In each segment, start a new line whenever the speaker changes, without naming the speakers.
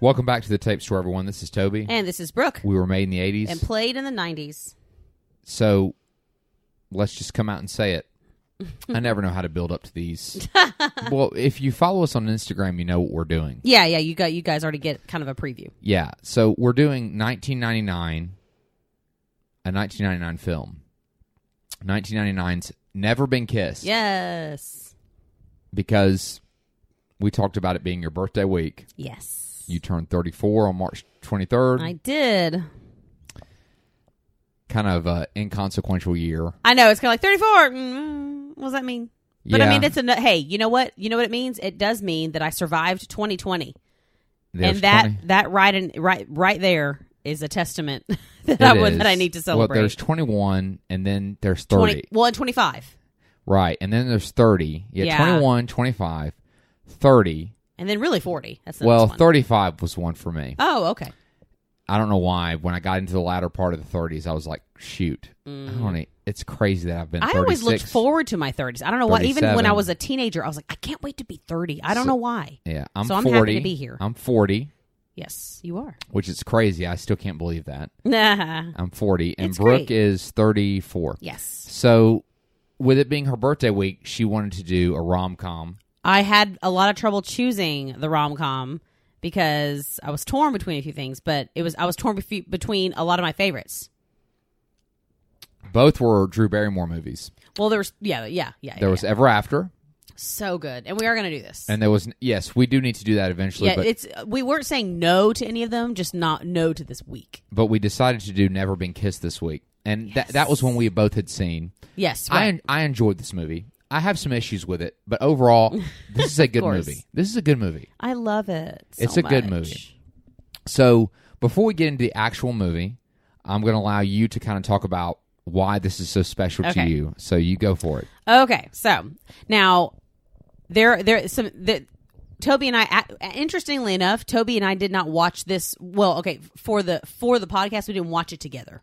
Welcome back to the tape store, everyone. This is Toby.
And this is Brooke.
we were made in the 80s.
And played in the 90s.
so let's just come out and say it. I never know how to build up to these. well, if you follow us on Instagram, you know what we're doing.
Yeah, yeah, you got you guys already get kind of a preview.
Yeah. So we're doing 1999, a 1999 film. 1999's Never Been Kissed.
Yes.
Because we talked about it being your birthday week.
Yes.
You turned 34 on March 23rd.
I did.
kind of uh, inconsequential year.
I know it's kind of like 34. Mm, what does that mean? But I
Yeah.
mean it's a hey, you know what? You know what it means? It does mean that I survived 2020.
There's
and that
20
that right in, right right there is a testament
It
that I would,
is.
that I need to celebrate.
Well, there's 21 and then there's 30.
20 well, and 25.
Right. And then there's 30. Yeah,
Yeah.
21, 25, 30.
And then really 40. That's the
well,
next one.
35 was one for me.
Oh, okay.
I don't know why. When I got into the latter part of the 30s, I was like, shoot. I don't e- it's crazy that I've been
Mm. I
36.
always looked forward to my 30s. I don't know why. Even when
37.
I was a teenager, I was like, I can't wait to be 30. I don't know why.
Yeah, I'm
So I'm
40.
happy to be here.
I'm 40,
Yes, you are.
which is crazy. I still can't believe that.
yes.
I'm 40 and
It's
Brooke
great.
is 34. So, with it being her birthday week, she wanted to do a rom com.
I had a lot of trouble choosing the rom com because I was torn between a few things, but it was I was torn befe- between a lot of my favorites.
Both were Drew Barrymore movies.
Well, there was yeah, yeah, yeah.
There
yeah,
was Ever After,
yeah. so good, and we are going to do this.
and there was yes, we do need to do that eventually.
yeah,
but
it's we weren't saying no to any of them, just not no to this week.
but we decided to do Never Been Kissed this week, and that that was one we both had seen.
Yes, right.
I I enjoyed this movie. I have some issues with it, but overall, this is a good
course.
movie. This is a good movie.
I, love it. so
It's a good
much.
movie. So before we get into the actual movie, I'm going to allow you to kind of talk about why this is so special to
Okay.
you. So you go for it.
Okay, so now there there some the, Toby and I a- interestingly enough, Toby and I did not watch this well, okay, for the for the podcast we didn't watch it together.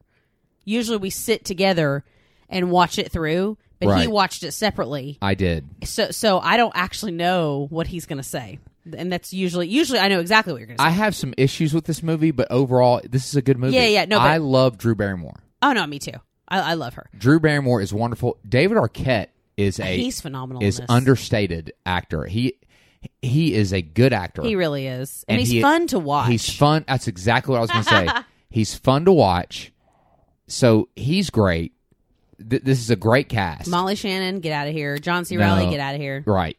Usually we sit together and watch it through, but he
Right.
watched it separately.
I did.
So so I don't actually know what he's going to say. And that's usually usually I know exactly what you're going to say.
I have some issues with this movie, but overall, this is a good movie.
Yeah, yeah, no, but-
I love Drew Barrymore.
oh no, me too. I, I love her.
Drew Barrymore is wonderful. David Arquette is a
He's phenomenal. in
is
this.
understated actor. He he is a good actor.
he really is, and,
And
he's
he-
fun to watch.
He's fun. That's exactly what I was going to say. he's fun to watch. So he's great. Th- this is a great cast.
Molly Shannon, get out of here. John C.
No.
Riley, get out of here.
Right.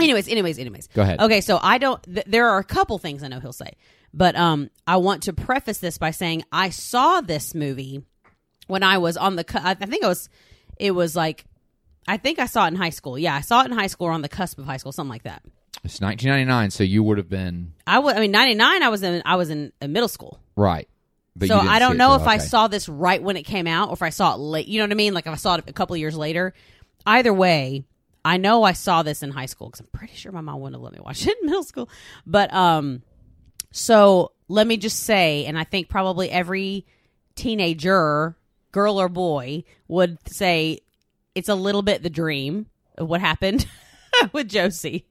anyways anyways anyways
Go ahead.
okay so i don't th- there are a couple things i know he'll say but um i want to preface this by saying i saw this movie when i was on the cu- i I think it was it was like i think i saw it in high school yeah i saw it in high school or on the cusp of high school something like that
It's 1999, so you would have been
i was i mean 99 i was in i was in, in middle school
right. But
so
you didn't
I
see
don't
it
know if
till-
I
okay.
saw this right when it came out, or if I saw it late. You know what I mean? Like if I saw it a couple of years later. Either way, I know I saw this in high school because I'm pretty sure my mom wouldn't have let me watch it in middle school. But um, so let me just say, and I think probably every teenager, girl or boy, would say it's a little bit the dream of what happened with Josie.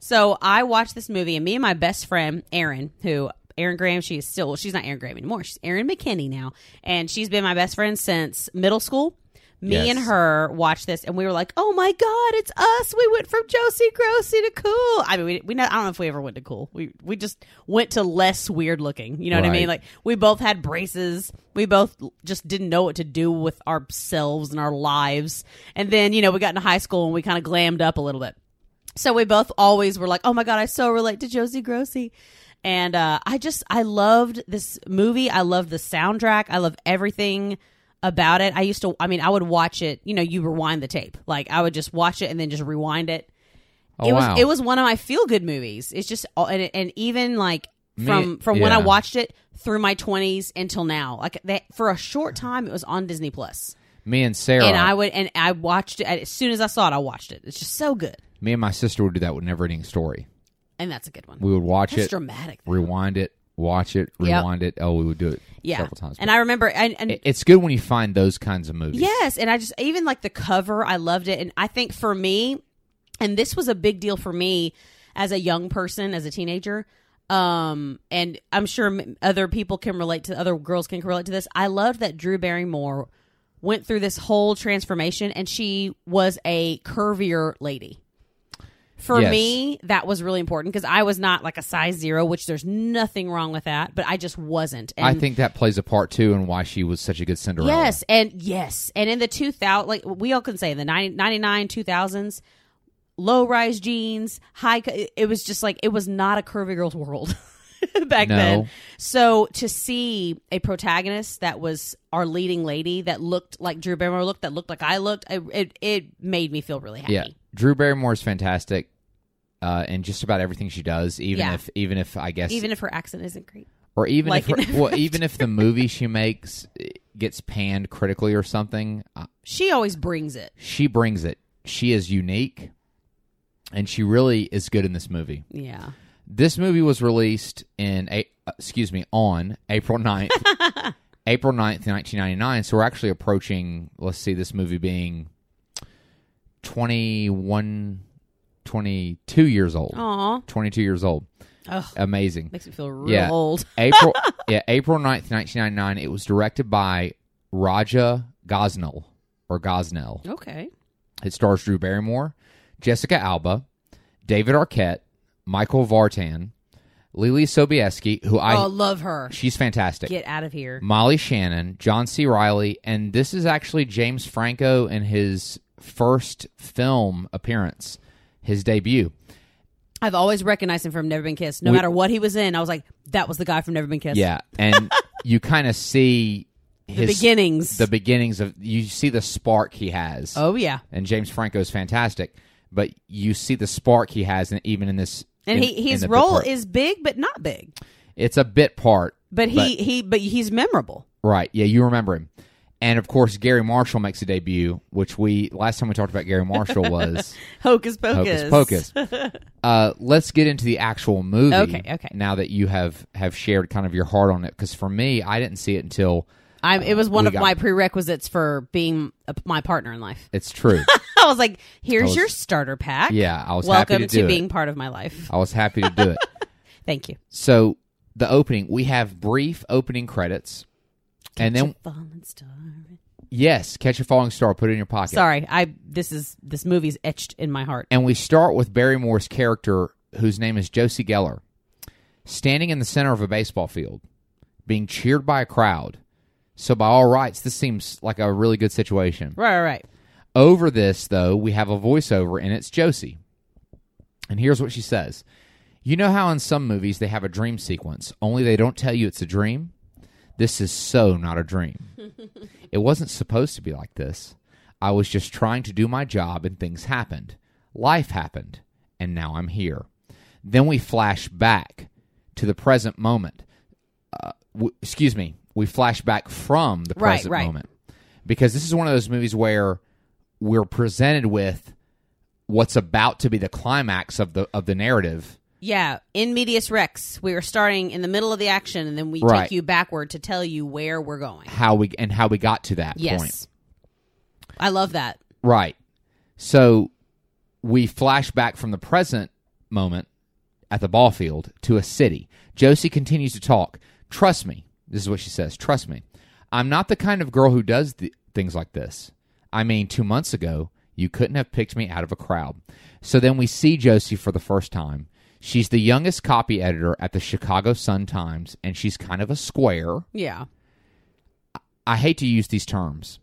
So I watched this movie, and me and my best friend Erin, who Erin Graham, she is still well, she's not Erin Graham anymore. She's Erin McKinney now, and she's been my best friend since middle school. Me
Yes.
and her watched this, and we were like, "Oh my god, it's us! We went from Josie Grossi to cool." I mean, we, we not, I don't know if we ever went to cool. We we just went to less weird looking. You know what I mean?
Right.
Like we both had braces. We both just didn't know what to do with ourselves and our lives. And then you know we got into high school and we kind of glammed up a little bit. So we both always were like, "Oh my god, I so relate to Josie Grossi." And uh, I just I loved this movie. I loved the soundtrack. I love everything about it. I used to I mean, I would watch it, you know, you rewind the tape. Like I would just watch it and then just rewind it.
Oh,
it was
wow.
it was one of my feel good movies. It's just all- and and even like
Me-
from from when I
yeah.
watched it through my 20s until now. Like that for a short time it was on Disney Plus.
me and Sarah.
And I would and I watched it as soon as I saw it I watched it. It's just so good.
me and my sister would do that with Never Ending Story.
And that's a good one.
We would watch
That's
it,
dramatic.
rewind it, watch it,
Yep.
rewind it. Oh, we would do it
yeah.
several times.
And I remember and, and
It- it's good when you find those kinds of movies.
Yes, and I just even like the cover, I loved it, and I think for me, and this was a big deal for me as a young person, as a teenager. um and i'm sure m- other people can relate to other girls can relate to this i loved that drew barrymore went through this whole transformation and she was a curvier lady for
Yes.
me that was really important because i was not like a size zero which there's nothing wrong with that but i just wasn't and
I think that plays a part too in why she was such a good Cinderella.
Yes, and yes, and in the 2000 like we all can say in the 90, 99 2000s low rise jeans, high co- it- it was just like it was not a curvy girl's world back
No.
then. So to see a protagonist that was our leading lady that looked like Drew Barrymore looked that looked like I looked, it it, it made me feel really happy.
Yeah. Drew Barrymore is fantastic uh, in just about everything she does, even
Yeah.
if even if I guess
Even if her accent isn't great.
or even
like
if
in
her, well, even if the movie she makes eh, gets panned critically or something, uh,
She always brings it.
she brings it. She is unique, and she really is good in this movie.
Yeah.
This movie was released in a uh, excuse me on April 9th. April 9th, 1999. So we're actually approaching let's see this movie being 21 22 years old.
Aw.
22 years old.
Oh. Ugh.
Amazing.
Makes me feel real
Yeah.
old.
April yeah, April 9th, 1999. It was directed by Raja Gosnell or Gosnell.
Okay.
It stars Drew Barrymore, Jessica Alba, David Arquette, Michael Vartan, Lily Sobieski, who I
oh, love her.
she's fantastic.
Get out of here.
Molly Shannon, John C. Riley, and this is actually James Franco in his first film appearance, his debut.
I've always recognized him from Never Been Kissed. No
We-
matter what he was in, I was like, that was the guy from Never Been Kissed.
Yeah, and you kind of see
The
his
beginnings.
the beginnings of you see the spark he has.
oh, yeah.
And James Franco is fantastic, but you see the spark he has in, even in this
And
in-
he,
in
his
the bit
role
part.
is big, but not big.
it's a bit part.
But he, he but he's memorable.
Right. Yeah, you remember him. And of course Gary Marshall makes a debut, which we last time we talked about Gary Marshall was
Hocus pocus.
Hocus pocus. uh, let's get into the actual movie.
Okay, okay.
Now that you have have shared kind of your heart on it, because for me, I didn't see it until
I, it was one
we
of
got-
my prerequisites for being a, my partner in life.
it's true.
I was like, here's
was-
your starter pack.
yeah, I was
Welcome
happy to do it.
being part of my life.
I was happy to do it.
Thank you.
So the opening, we have brief opening credits, and then
Fallen star.
yes, catch a falling star, put it in your pocket.
Sorry, I this is this movie's etched in my heart.
And we start with Barrymore's character, whose name is Josie Geller, standing in the center of a baseball field, being cheered by a crowd. So, by all rights, this seems like a really good situation.
Right, right, right.
Over this, though, we have a voiceover, and it's Josie. And here's what she says You know how in some movies they have a dream sequence, only they don't tell you it's a dream? This is so not a dream. it wasn't supposed to be like this. I was just trying to do my job, and things happened. Life happened, and now I'm here. Then we flash back to the present moment. Uh, w- excuse me. We flash back from the
Right,
present
right.
moment because this is one of those movies where we're presented with what's about to be the climax of the of the narrative.
Yeah, in medias rex, we were starting in the middle of the action, and then we
Right.
take you backward to tell you where we're going.
How we and how we got to that
Yes,
point.
I love that.
Right. So we flash back from the present moment at the ball field to a city. Josie continues to talk. Trust me. This is what she says. Trust me. I'm not the kind of girl who does th- things like this. I mean, two months ago, you couldn't have picked me out of a crowd. So then we see Josie for the first time. She's the youngest copy editor at the Chicago Sun Times, and she's kind of a square.
Yeah,
I hate to use these terms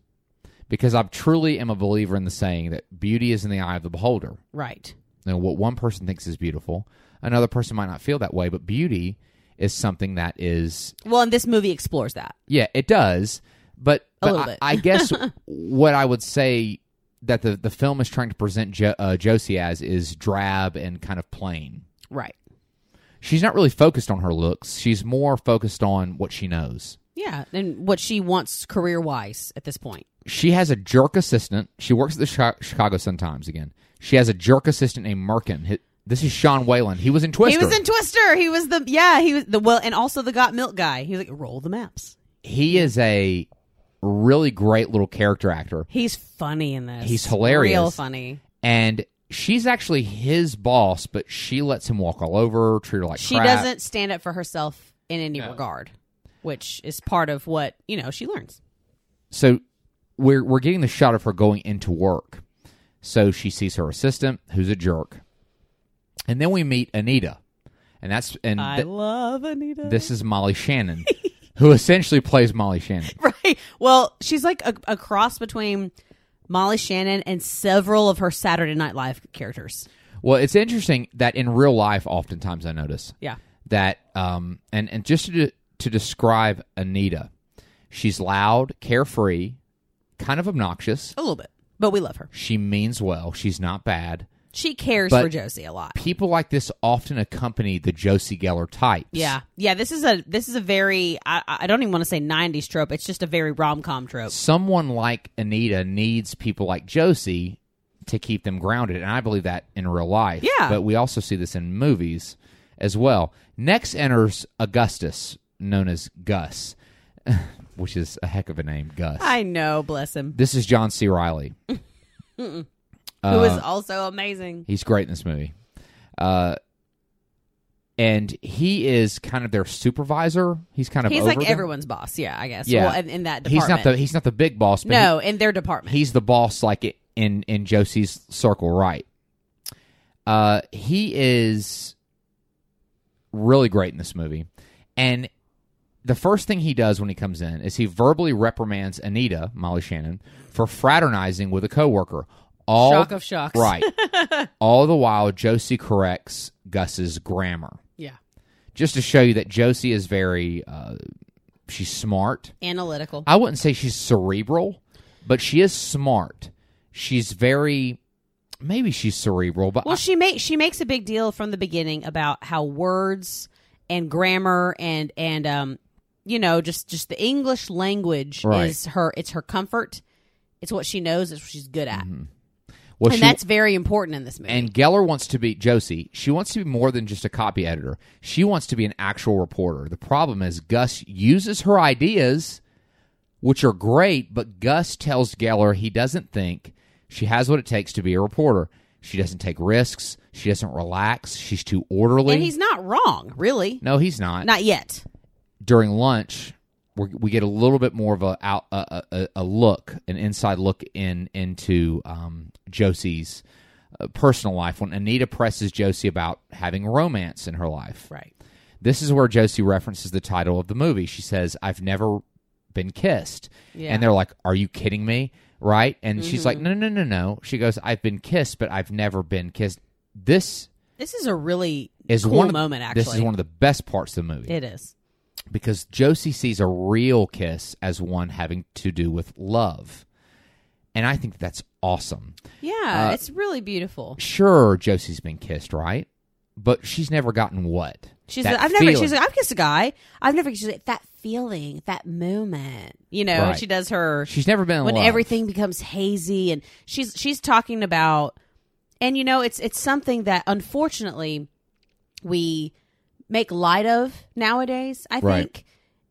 because I truly am a believer in the saying that beauty is in the eye of the beholder.
right.
Now, what one person thinks is beautiful, another person might not feel that way, but beauty is something that is,
Well, and this movie explores that.
yeah, it does. But, but
little
I,
bit.
I guess what I would say that the, the film is trying to present jo- uh, Josie as is drab and kind of plain.
Right.
She's not really focused on her looks, she's more focused on what she knows.
Yeah, and what she wants career wise at this point.
she has a jerk assistant. She works at the Chi- Chicago Sun Times again. She has a jerk assistant named Merkin. Hi- This is Sean Whalen. He was in Twister.
He was in Twister. He was the yeah. He was the well, and also the Got Milk guy. He was like roll the maps.
he is a really great little character actor,
He's funny in this.
He's hilarious.
Real funny.
and She's actually his boss, but she lets him walk all over, treat her like
She
crap.
doesn't stand up for herself in any
No.
regard, which is part of what, you know, she learns.
so we're we're getting the shot of her going into work. So she sees her assistant, who's a jerk, and then we meet Anita, and that's and
I
Mm, th-
love Anita.
this is Molly Shannon, who essentially plays Molly Shannon.
right. Well, she's like a, a cross between Molly Shannon and several of her Saturday Night Live characters.
Well, it's interesting that in real life, oftentimes I notice
Yeah.
that um and and just to de- to describe Anita, she's loud, carefree, kind of obnoxious.
A little bit. But we love her.
She means well. She's not bad.
She cares
But-
for Josie a lot.
People like this often accompany the Josie Geller types.
Yeah, yeah. This is a this is a very I, I don't even want to say '90s trope. It's just a very rom com trope.
someone like Anita needs people like Josie to keep them grounded, and I believe that in real life.
Yeah.
but we also see this in movies as well. Next enters Augustus, known as Gus, which is a heck of a name, Gus.
I know, bless him,
This is John C. Riley.
who
Uh,
is also amazing.
He's great in this movie. Uh, and he is kind of their supervisor. He's kind of
He's
over
like
them.
everyone's boss. Yeah, I guess.
Yeah.
Well, in, in that
He's
department.
not the he's not the big boss, but he-
no in their department.
he's the boss like i- in in Josie's circle, right? Uh he is really great in this movie. And the first thing he does when he comes in is he verbally reprimands Anita, Molly Shannon, for fraternizing with a coworker. All
Shock of shocks.
right. all the while Josie corrects Gus's grammar.
Yeah.
Just to show you that Josie is very uh she's smart.
Analytical.
I wouldn't say she's cerebral, but she is smart. She's very maybe she's cerebral, but
well, she makes she makes a big deal from the beginning about how words and grammar and and um you know just just the English language
Right.
is her it's her comfort. It's what she knows. It's what she's good at,
well,
and
she,
that's very important in this movie.
and Geller wants to be Josie. She wants to be more than just a copy editor. She wants to be an actual reporter. The problem is Gus uses her ideas, which are great, but Gus tells Geller he doesn't think she has what it takes to be a reporter. She doesn't take risks. She doesn't relax. She's too orderly.
And he's not wrong, really.
no, he's not.
Not yet.
during lunch we're, we get a little bit more of a out a, a, a look an inside look in into um, josie's uh, personal life when anita presses josie about having romance in her life
Right.
this is where josie references the title of the movie she says i've never been kissed
Yeah. Mm-hmm.
and they're like are you kidding me right and she's like no no no no she goes i've been kissed but i've never been kissed this
This is a really
is
cool
one of-
moment, actually.
this is one of the best parts of the movie
it is.
because Josie sees a real kiss as one having to do with love. And I think that's awesome.
Yeah,
Uh,
it's really beautiful.
Sure, Josie's been kissed, right? But she's never gotten what?
She's
That
like, I've never
feeling.
she's like, I've kissed a guy. I've never she's like that feeling, that moment. You know,
Right.
she does her
she's never been in
when
love.
everything becomes hazy and she's she's talking about and you know it's it's something that unfortunately we make light of nowadays, I
Right.
think.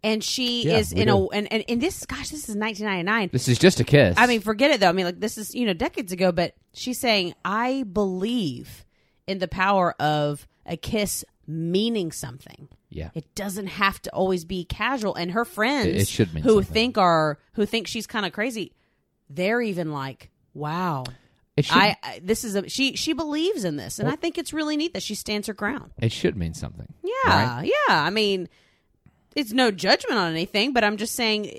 And she
Yeah,
is
we
in
do.
a and, and and this gosh, this is 1999.
This is just a kiss.
I mean, forget it though. I mean, like this is you know decades ago, but she's saying I believe in the power of a kiss meaning something.
yeah.
It doesn't have to always be casual. And her friends,
It- it should mean
who
something.
think are who think she's kind of crazy, they're even like, wow.
It should,
I, I this is a she she believes in this and I think it's really neat that she stands her ground.
it should mean something.
Yeah. Yeah, I mean it's no judgment on anything, but I'm just saying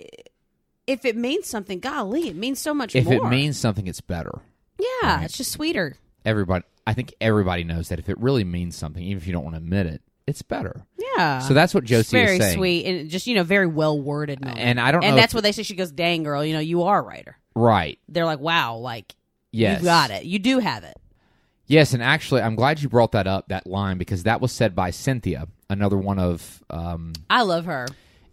if it means something, golly, it means so much
If
more.
it means something, it's better.
Yeah, it's just sweeter.
Everybody, I think everybody knows that if it really means something, even if you don't want to admit it, it's better.
Yeah.
So that's what
Uh, It's
Josie
very
is saying.
sweet and just you know very well worded. moment.
and I don't
and
know
that's
if-
what they say. She goes, "Dang girl, you know you are a writer."
Right.
They're like, "Wow, like
Yes.
you got it. You do have it."
Yes, and actually, I'm glad you brought that up, that line, because that was said by Cynthia, another one of, um,
I love her.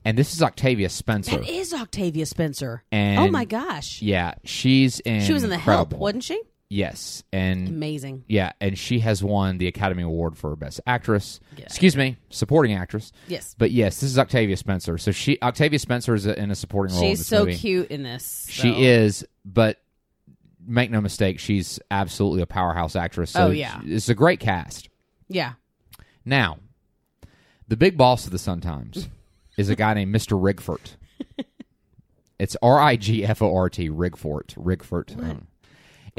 and this is Octavia Spencer.
That is Octavia Spencer.
And-
oh my gosh,
Yeah, she's in.
she was in the Help,
Incredible.
wasn't she?
Yes, and
Amazing.
yeah, and she has won the Academy Award for Best Actress.
Get out
Excuse me, supporting actress.
Yes,
But yes, this is Octavia Spencer. So she, Octavia Spencer, is in a supporting role. in
she's
this
so
movie.
cute in this.
She is, but make no mistake, she's absolutely a powerhouse actress. So
Oh, yeah.
it's a great cast.
Yeah.
Now, the big boss of the Sun Times is a guy named Mr. Rigfort. It's R I G F O R T, Rigfort, Rigfort. um,
Where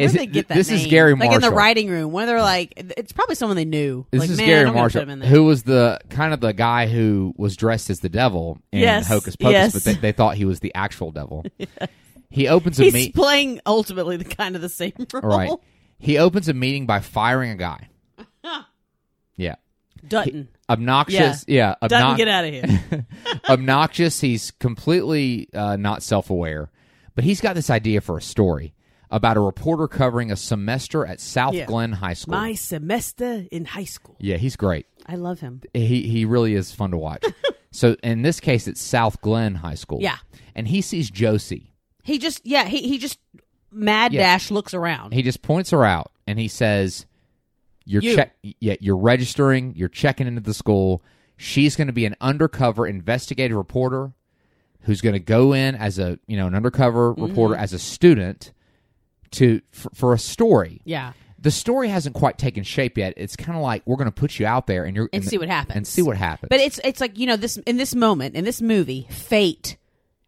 is
did they
it-
get that
this is
name?
Gary
like
Marshall.
in the writing room, where they're like, it's probably someone they knew.
This
like,
is
man,
Gary
I'm gonna
Marshall,
put him in there.
who was the kind of the guy who was dressed as the devil in
Yes,
Hocus Pocus,
yes.
but they, they thought he was the actual devil. He opens a
He's
meet
playing ultimately the kind of the same role.
right. He opens a meeting by firing a guy. yeah,
Dutton.
obnoxious. Yeah,
Dutton,
obnoxious.
get out of here.
obnoxious. He's completely uh, not self aware, but he's got this idea for a story about a reporter covering a semester at South
Yeah.
Glen High School.
My semester in high school.
yeah, he's great.
I love him.
He he really is fun to watch. so in this case, it's South Glen High School.
Yeah.
and he sees Josie.
He just, yeah, he, he just mad
Yeah.
dash looks around.
He just points her out and he says, "You're
You.
check. Yeah, you're registering. You're checking into the school. She's going to be an undercover investigative reporter who's going to go in as a you know an undercover
Mm-hmm.
reporter as a student to for, for a story.
yeah.
The story hasn't quite taken shape yet. It's kind of like we're going to put you out there and you're
And see what happens.
and see what happens.
But it's it's like you know this in this moment in this movie, fate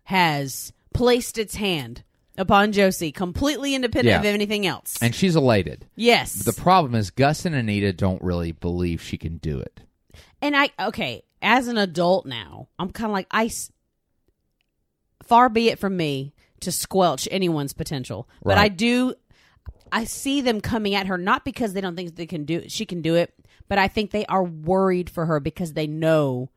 has placed its hand upon Josie, completely independent
Yeah.
of anything else.
and she's elated.
yes,
The problem is Gus and Anita don't really believe she can do it.
and I okay as an adult now, I'm kind of like I. s- Far be it from me to squelch anyone's potential, but I
Right.
do. I see them coming at her not because they don't think they can do she can do it, but I think they are worried for her because they know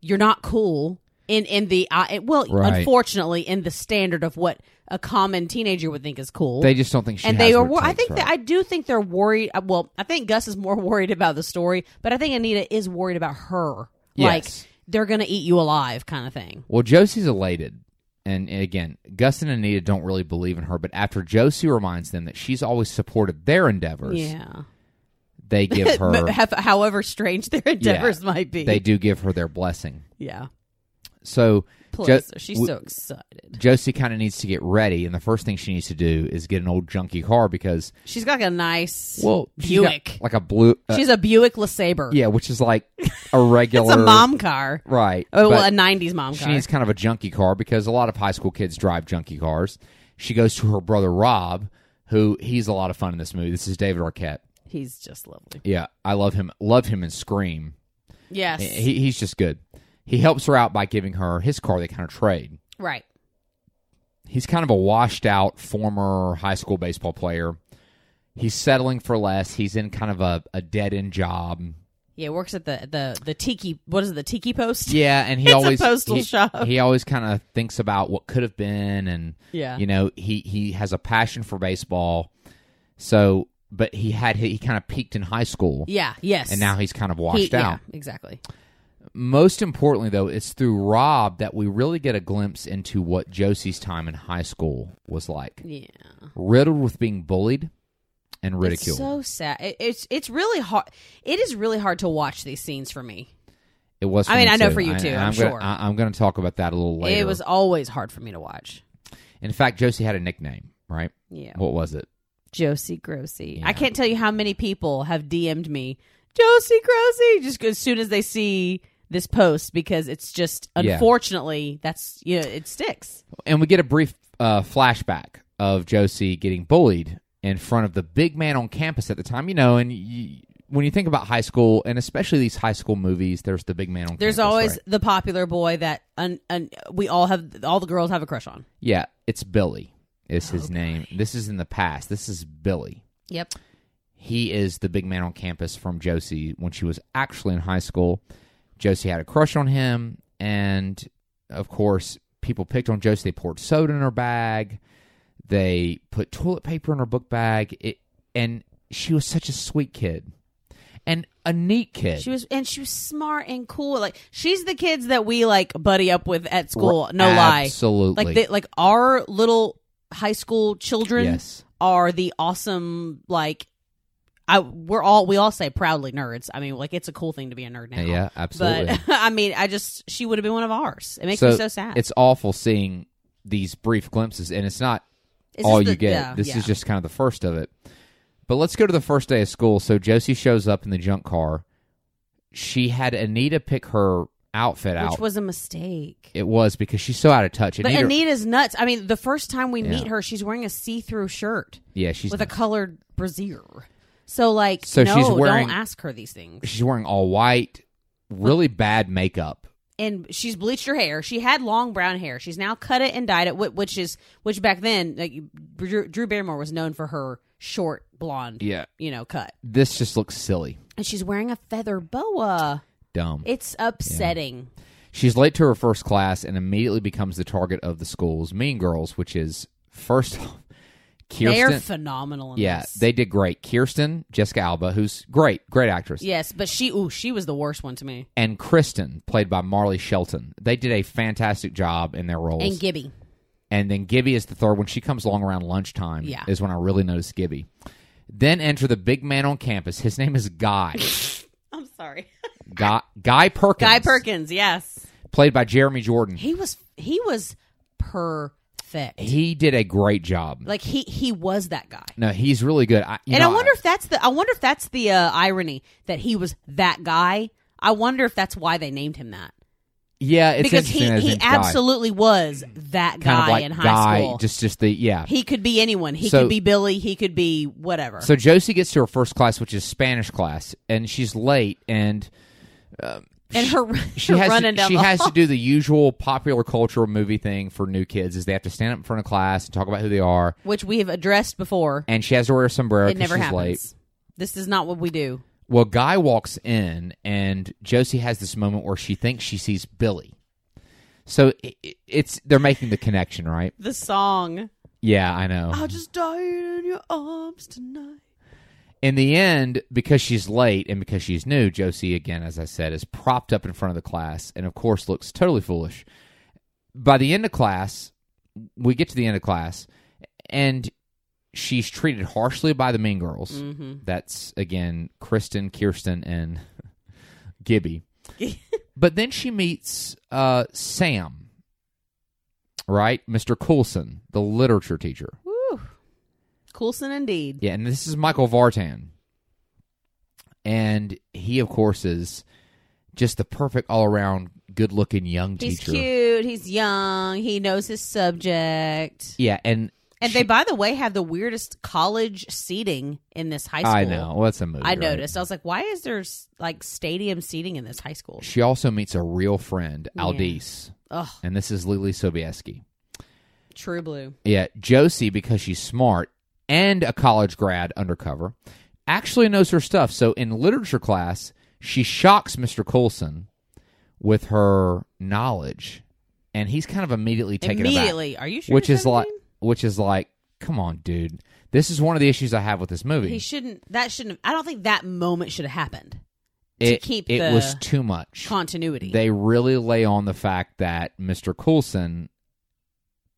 you're not cool in in the uh, it- well
Right.
unfortunately in the standard of what a common teenager would think is cool
They just don't think she
and
has
they are
what it
wor- i
takes,
think
right?
that i do think they're worried uh, well i think gus is more worried about the story but i think anita is worried about her
Yes.
like they're gonna eat you alive kind of thing
Well, Josie's elated. And and again, Gus and Anita don't really believe in her, but after Josie reminds them that she's always supported their endeavors,
yeah
they give her
But have, however strange their endeavors might be
they do give her their blessing.
yeah
So Jo-
plus she's
w-
so excited
Josie kind of needs to get ready, and the first thing she needs to do is get an old junky car because
she's got like a nice
well, she's got
Buick.
like a blue, uh,
she's a buick lesabre
yeah, which is like a regular
it's a mom car
right?
oh well
but-
a 90s mom
She
car
needs kind of a junky car because a lot of high school kids drive junky cars. She goes to her brother Rob, who he's a lot of fun in this movie. This is David Arquette.
he's just lovely
Yeah, I love him. Love him in Scream.
yes
He, he's just good. He helps her out by giving her his car. They kind of trade.
right
He's kind of a washed out former high school baseball player. He's settling for less. He's in kind of a, a dead end job.
Yeah, works at the the the tiki. What is it, the tiki post?
Yeah, and he
It's a
always
postal
he,
shop.
He always kind of thinks about what could have been, and
Yeah.
you know, he he has a passion for baseball. So, but he had he kind of peaked in high school,
Yeah. Yes.
and now he's kind of
He-
washed
yeah,
out.
exactly.
Most importantly, though, it's through Rob that we really get a glimpse into what Josie's time in high school was like,
Yeah.
riddled with being bullied and ridiculed.
It's so sad. It, it's it's really hard. It is really hard to watch these scenes for me.
it was. For
I mean,
me
I know
too.
for you too,
and
I'm
gonna,
sure.
I, am going to talk about that a little later.
It was always hard for me to watch.
in fact, Josie had a nickname, right?
Yeah.
What was it?
Josie Grossi. I can't tell you how many people have DM'd me Josie Grossi just as soon as they see this post because it's just
Yeah.
unfortunately that's you know, it sticks.
and we get a brief uh, flashback of Josie getting bullied in front of the big man on campus at the time. You know, and you, when you think about high school, and especially these high school movies, there's the big man on.
There's
campus,
always
right?
the popular boy that un, un, we all have all the girls have a crush on.
yeah, it's Billy is
Oh,
his name. This is in the past. This is Billy.
Yep.
He is the big man on campus from Josie when she was actually in high school. Josie had a crush on him, and of course, people picked on Josie. They poured soda in her bag, they put toilet paper in her book bag, it, and she was such a sweet kid and a neat kid.
She was, and she was smart and cool. Like she's the kids that we like buddy up with at school. No
Absolutely.
lie, like they, like our little high school children
Yes.
are the awesome. Like I, we're all we all say proudly nerds. I mean, like it's a cool thing to be a nerd now.
yeah, absolutely.
But I mean, I just she would have been one of ours. It makes me so sad.
It's awful seeing these brief glimpses, and it's not
It's
all
just
you
the-
get.
yeah,
this
yeah.
is just kind of the first of it. But let's go to the first day of school. So Josie shows up in the junk car. She had Anita pick her outfit out.
which was a mistake.
it was because she's so out of touch.
But
Anita-
Anita's nuts. I mean, the first time we
Yeah.
meet her, she's wearing a see-through shirt
yeah, she's
with a colored brassiere. So like,
So
no,
she's wearing-
don't ask her these things.
she's wearing all white, really bad makeup.
And she's bleached her hair. She had long brown hair. She's now cut it and dyed it, whi- which is which back then, like, Drew Drew Barrymore was known for her short blonde,
Yeah,
you know, cut.
this just looks silly,
And she's wearing a feather boa.
dumb.
It's upsetting.
She's late to her first class and immediately becomes the target of the school's mean girls, which is first off,
They're
Kirsten.
phenomenal. In
Yeah,
this.
they did great. Kirsten, Jessica Alba, who's great, great actress,
yes, but she, ooh, she was the worst one to me.
and Kristen, played by Marley Shelton. They did a fantastic job in their roles.
And Gibby,
And then Gibby is the third. When she comes along around lunchtime,
Yeah.
is when I really noticed Gibby. Then enter the big man on campus. His name is Guy.
I'm sorry,
Guy, Guy Perkins.
Guy Perkins. Yes,
Played by Jeremy Jordan.
he was he was perfect.
He did a great job.
Like he he was that guy.
no, he's really good. I, you
and
know,
I wonder if that's the I wonder if that's the uh, irony that he was that guy. I wonder if that's why they named him that
yeah, it's
because
interesting
he
that his
he
name's Guy.
absolutely was that
kind
guy
of like
in high
Guy,
school.
just just the yeah.
he could be anyone. He
So-
could be Billy. He could be whatever.
So Josie gets to her first class, which is Spanish class, and she's late, and
and her
she
her
has
running
to,
down
she
the
has
hall.
to do the usual popular culture movie thing for new kids is they have to stand up in front of class and talk about who they are,
which we have addressed before.
and she has to wear a sombrero.
It
'cause
never
she's
happens.
late.
This is not what we do.
Well, Guy walks in, and Josie has this moment where she thinks she sees Billy. So i i- it's they're making the connection, right?
The song.
Yeah, I know.
I just died in your arms tonight.
in the end, because she's late and because she's new, Josie, again, as I said, is propped up in front of the class and, of course, looks totally foolish. By the end of class, we get to the end of class, and she's treated harshly by the mean girls.
Mm-hmm.
That's, again, Kristen, Kirsten, and Gibby. but then she meets uh, Sam, right? Mr. Coulson, the literature teacher.
Woo. Coulson indeed.
Yeah, and this is Michael Vartan. And he, of course, is just the perfect all around good looking young
He's
teacher.
cute. He's young. He knows his subject.
Yeah, and
And they, by the way, have the weirdest college seating in this high school.
I know. Well, that's a movie.
I
right?
noticed. I was like, why is there like stadium seating in this high school?
She also meets a real friend, Aldis.
Ugh,
And this is Lily Sobieski.
true blue.
Yeah, Josie, because she's smart and a college grad undercover, actually knows her stuff. So in literature class, she shocks Mr. Coulson with her knowledge, and he's kind of immediately taken aback.
Immediately. Are you sure?
which
you're
is like
17?
which is like come on dude this is one of the issues i have with this movie
He shouldn't. That shouldn't. I don't think that moment should have happened.
it,
keep
it
the
was too much
Continuity.
they really lay on the fact that mr coulson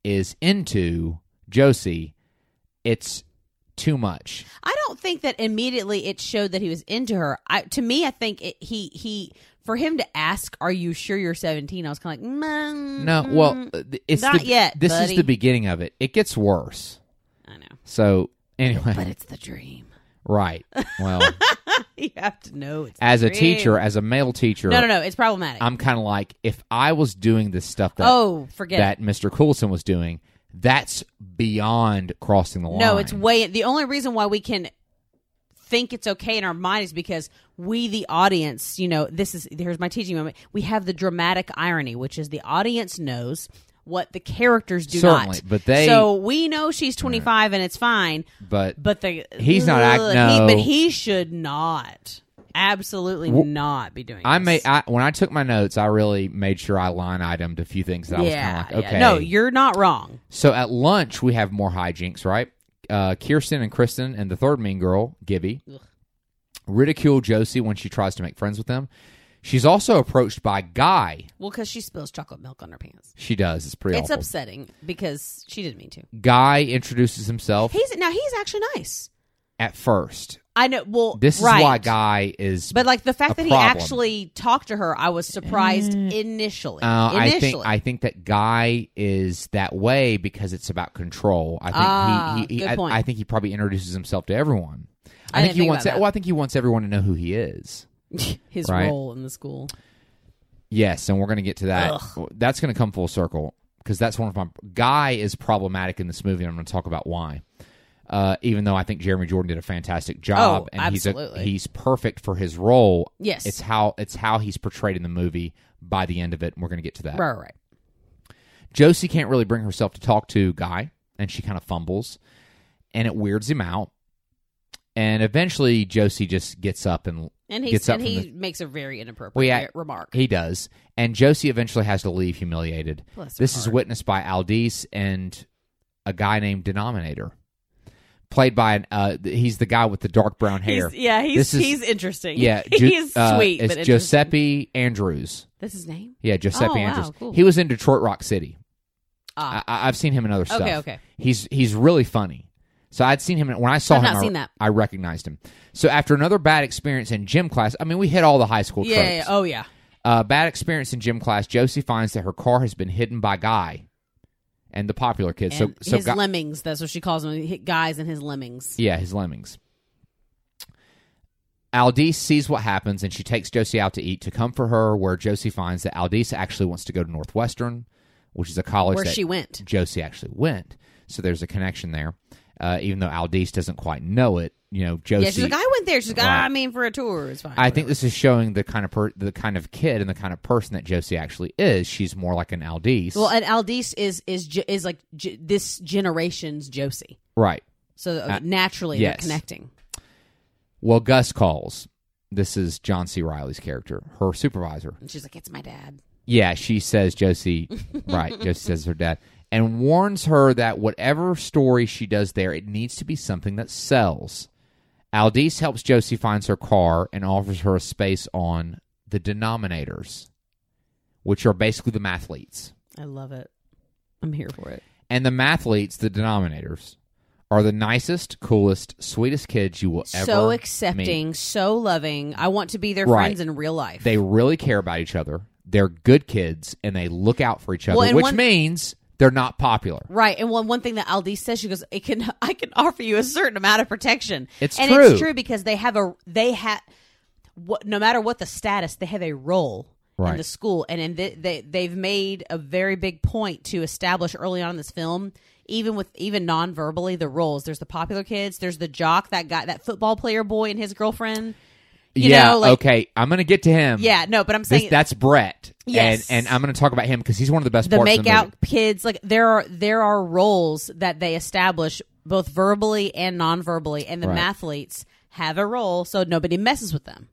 is into josie it's too much
I don't think that immediately it showed that he was into her. I, to me, I think it, he he for him to ask, "Are you sure you're 17? I was kind of like, mm,
no
mm,
well uh, it's
Not
the,
yet,
this is
buddy.
the beginning of it it gets worse
I know,
so anyway
but it's the dream.
right well
you have to know it's
as
the
a
dream.
teacher as a male teacher
No, no, no, it's problematic.
i'm kind of like if i was doing this stuff that
oh, forget
that Mr. Coulson was doing, that's beyond crossing the
it.
line.
No, it's way. The only reason why we can think it's okay in our mind is because we, the audience, you know, this is here's my teaching moment. We have the dramatic irony, which is the audience knows what the characters do
certainly,
not.
but they,
so we know she's 25 and it's fine,
but
but the
He's not act-
Ugh,
no.
he, but he should not, absolutely
W-
not be doing.
I
this.
made I, when I took my notes, I really made sure I line itemed a few things that I was
yeah,
kind of like,
yeah.
okay,
no, you're not wrong.
So at lunch, we have more hijinks, right? Uh, Kirsten and Kristen and the third mean girl, Gibby,
Ugh.
ridicule Josie when she tries to make friends with them. She's also approached by Guy.
Well, because she spills chocolate milk on her pants.
She does. It's pretty
It's
awful.
upsetting because she didn't mean to.
Guy introduces himself.
He's now he's actually nice.
at first.
I know. Well,
This
right.
is why Guy is.
But like the
a
fact that
problem.
he actually talked to her, I was surprised initially.
Uh,
initially,
I think I think that Guy is that way because it's about control. I think
Ah,
he, he, he
good
I,
point.
I think he probably introduces himself to everyone. I,
I
think
didn't
he
think
wants.
about that.
Well, I think he wants everyone to know who he is.
his
right.
role in the school.
Yes, and we're going to get to that. That's going to come full circle because that's one of my guy is problematic in this movie. and I'm going to talk about why. Uh, even though I think Jeremy Jordan did a fantastic job,
Oh,
and he's
absolutely.
a, he's perfect for his role.
Yes.
it's how it's how he's portrayed in the movie. By the end of it, and we're going to get to that.
Right, right, right.
Josie can't really bring herself to talk to Guy, and she kind of fumbles, and it weirds him out. And eventually, Josie just gets up and
And he
Gets up
and
from
he makes a very inappropriate
Well, yeah.
remark.
He does. And Josie eventually has to leave humiliated.
Bless her
this is
heart.
witnessed by Aldis and a guy named Denominator, played by an, uh, th- he's the guy with the dark brown hair.
He's- yeah, he's
This is-
he's interesting.
yeah, Ju-
he's
uh,
sweet.
It's
but interesting.
Giuseppe Andrews.
That's his name.
Yeah, Giuseppe
Oh, wow,
Andrews.
cool.
He was in Detroit Rock City.
Ah.
I, I- I've seen him in other stuff.
okay.
He's he's really funny. So I'd seen him in, when I saw
I've
him.
not
I,
seen that.
I recognized him. So after another bad experience in gym class, I mean, we hit all the high school
Yeah,
tropes.
yeah, yeah. Oh yeah.
Uh, bad experience in gym class. Josie finds that her car has been hidden by Guy and the popular kids.
And
so, so
his
Guy,
lemmings. That's what she calls them. He- Guys and his lemmings.
yeah, his lemmings. Aldis sees what happens and she takes Josie out to eat to comfort her. Where Josie finds that Aldis actually wants to go to Northwestern, which is a college
Where
that
she went.
Josie actually went. So there's a connection there. Uh, even though Aldis doesn't quite know it, you know Josie.
Yeah, she's like, I went there. She's like,
Right.
ah, I mean, for a tour, it's fine.
I think this is showing the kind of per- the kind of kid and the kind of person that Josie actually is. She's more like an Aldis.
Well, and Aldis is is ju- is like j- this generation's Josie,
right.
so uh, naturally
yes.
they're connecting.
Well, Gus calls. This is John C. Riley's character, her supervisor.
And she's like, "It's my dad."
Yeah, she says Josie, right? Josie says her dad, and warns her that whatever story she does there, it needs to be something that sells. Aldis helps Josie finds her car and offers her a space on the denominators, which are basically the mathletes.
I love it. I'm here for it.
And the mathletes, the denominators, are the nicest, coolest, sweetest kids you will ever
so
meet.
accepting, so loving. I want to be their
Right.
friends in real life.
they really care about each other. They're good kids and they look out for each other,
Well, and
which
one-
means they're not popular.
Right, and one one thing that Aldis says, she goes, "It can I can offer you a certain amount of protection."
It's
and
true.
it's true because they have a they have what no matter what the status, they have a role
Right.
in the school, and in th they they've made a very big point to establish early on in this film, even with even non verbally the roles. There's the popular kids, there's the jock that got that football player boy and his girlfriend. You
yeah,
know, like
okay. I'm going to get to him.
yeah, no, but I'm
This-
saying
that's Brett.
Yes.
And, and I'm going to talk about him because he's one of the best
the
parts of the
makeout
movie.
kids like there are there are roles that they establish both verbally and non-verbally and the
Right.
mathletes have a role so nobody messes with them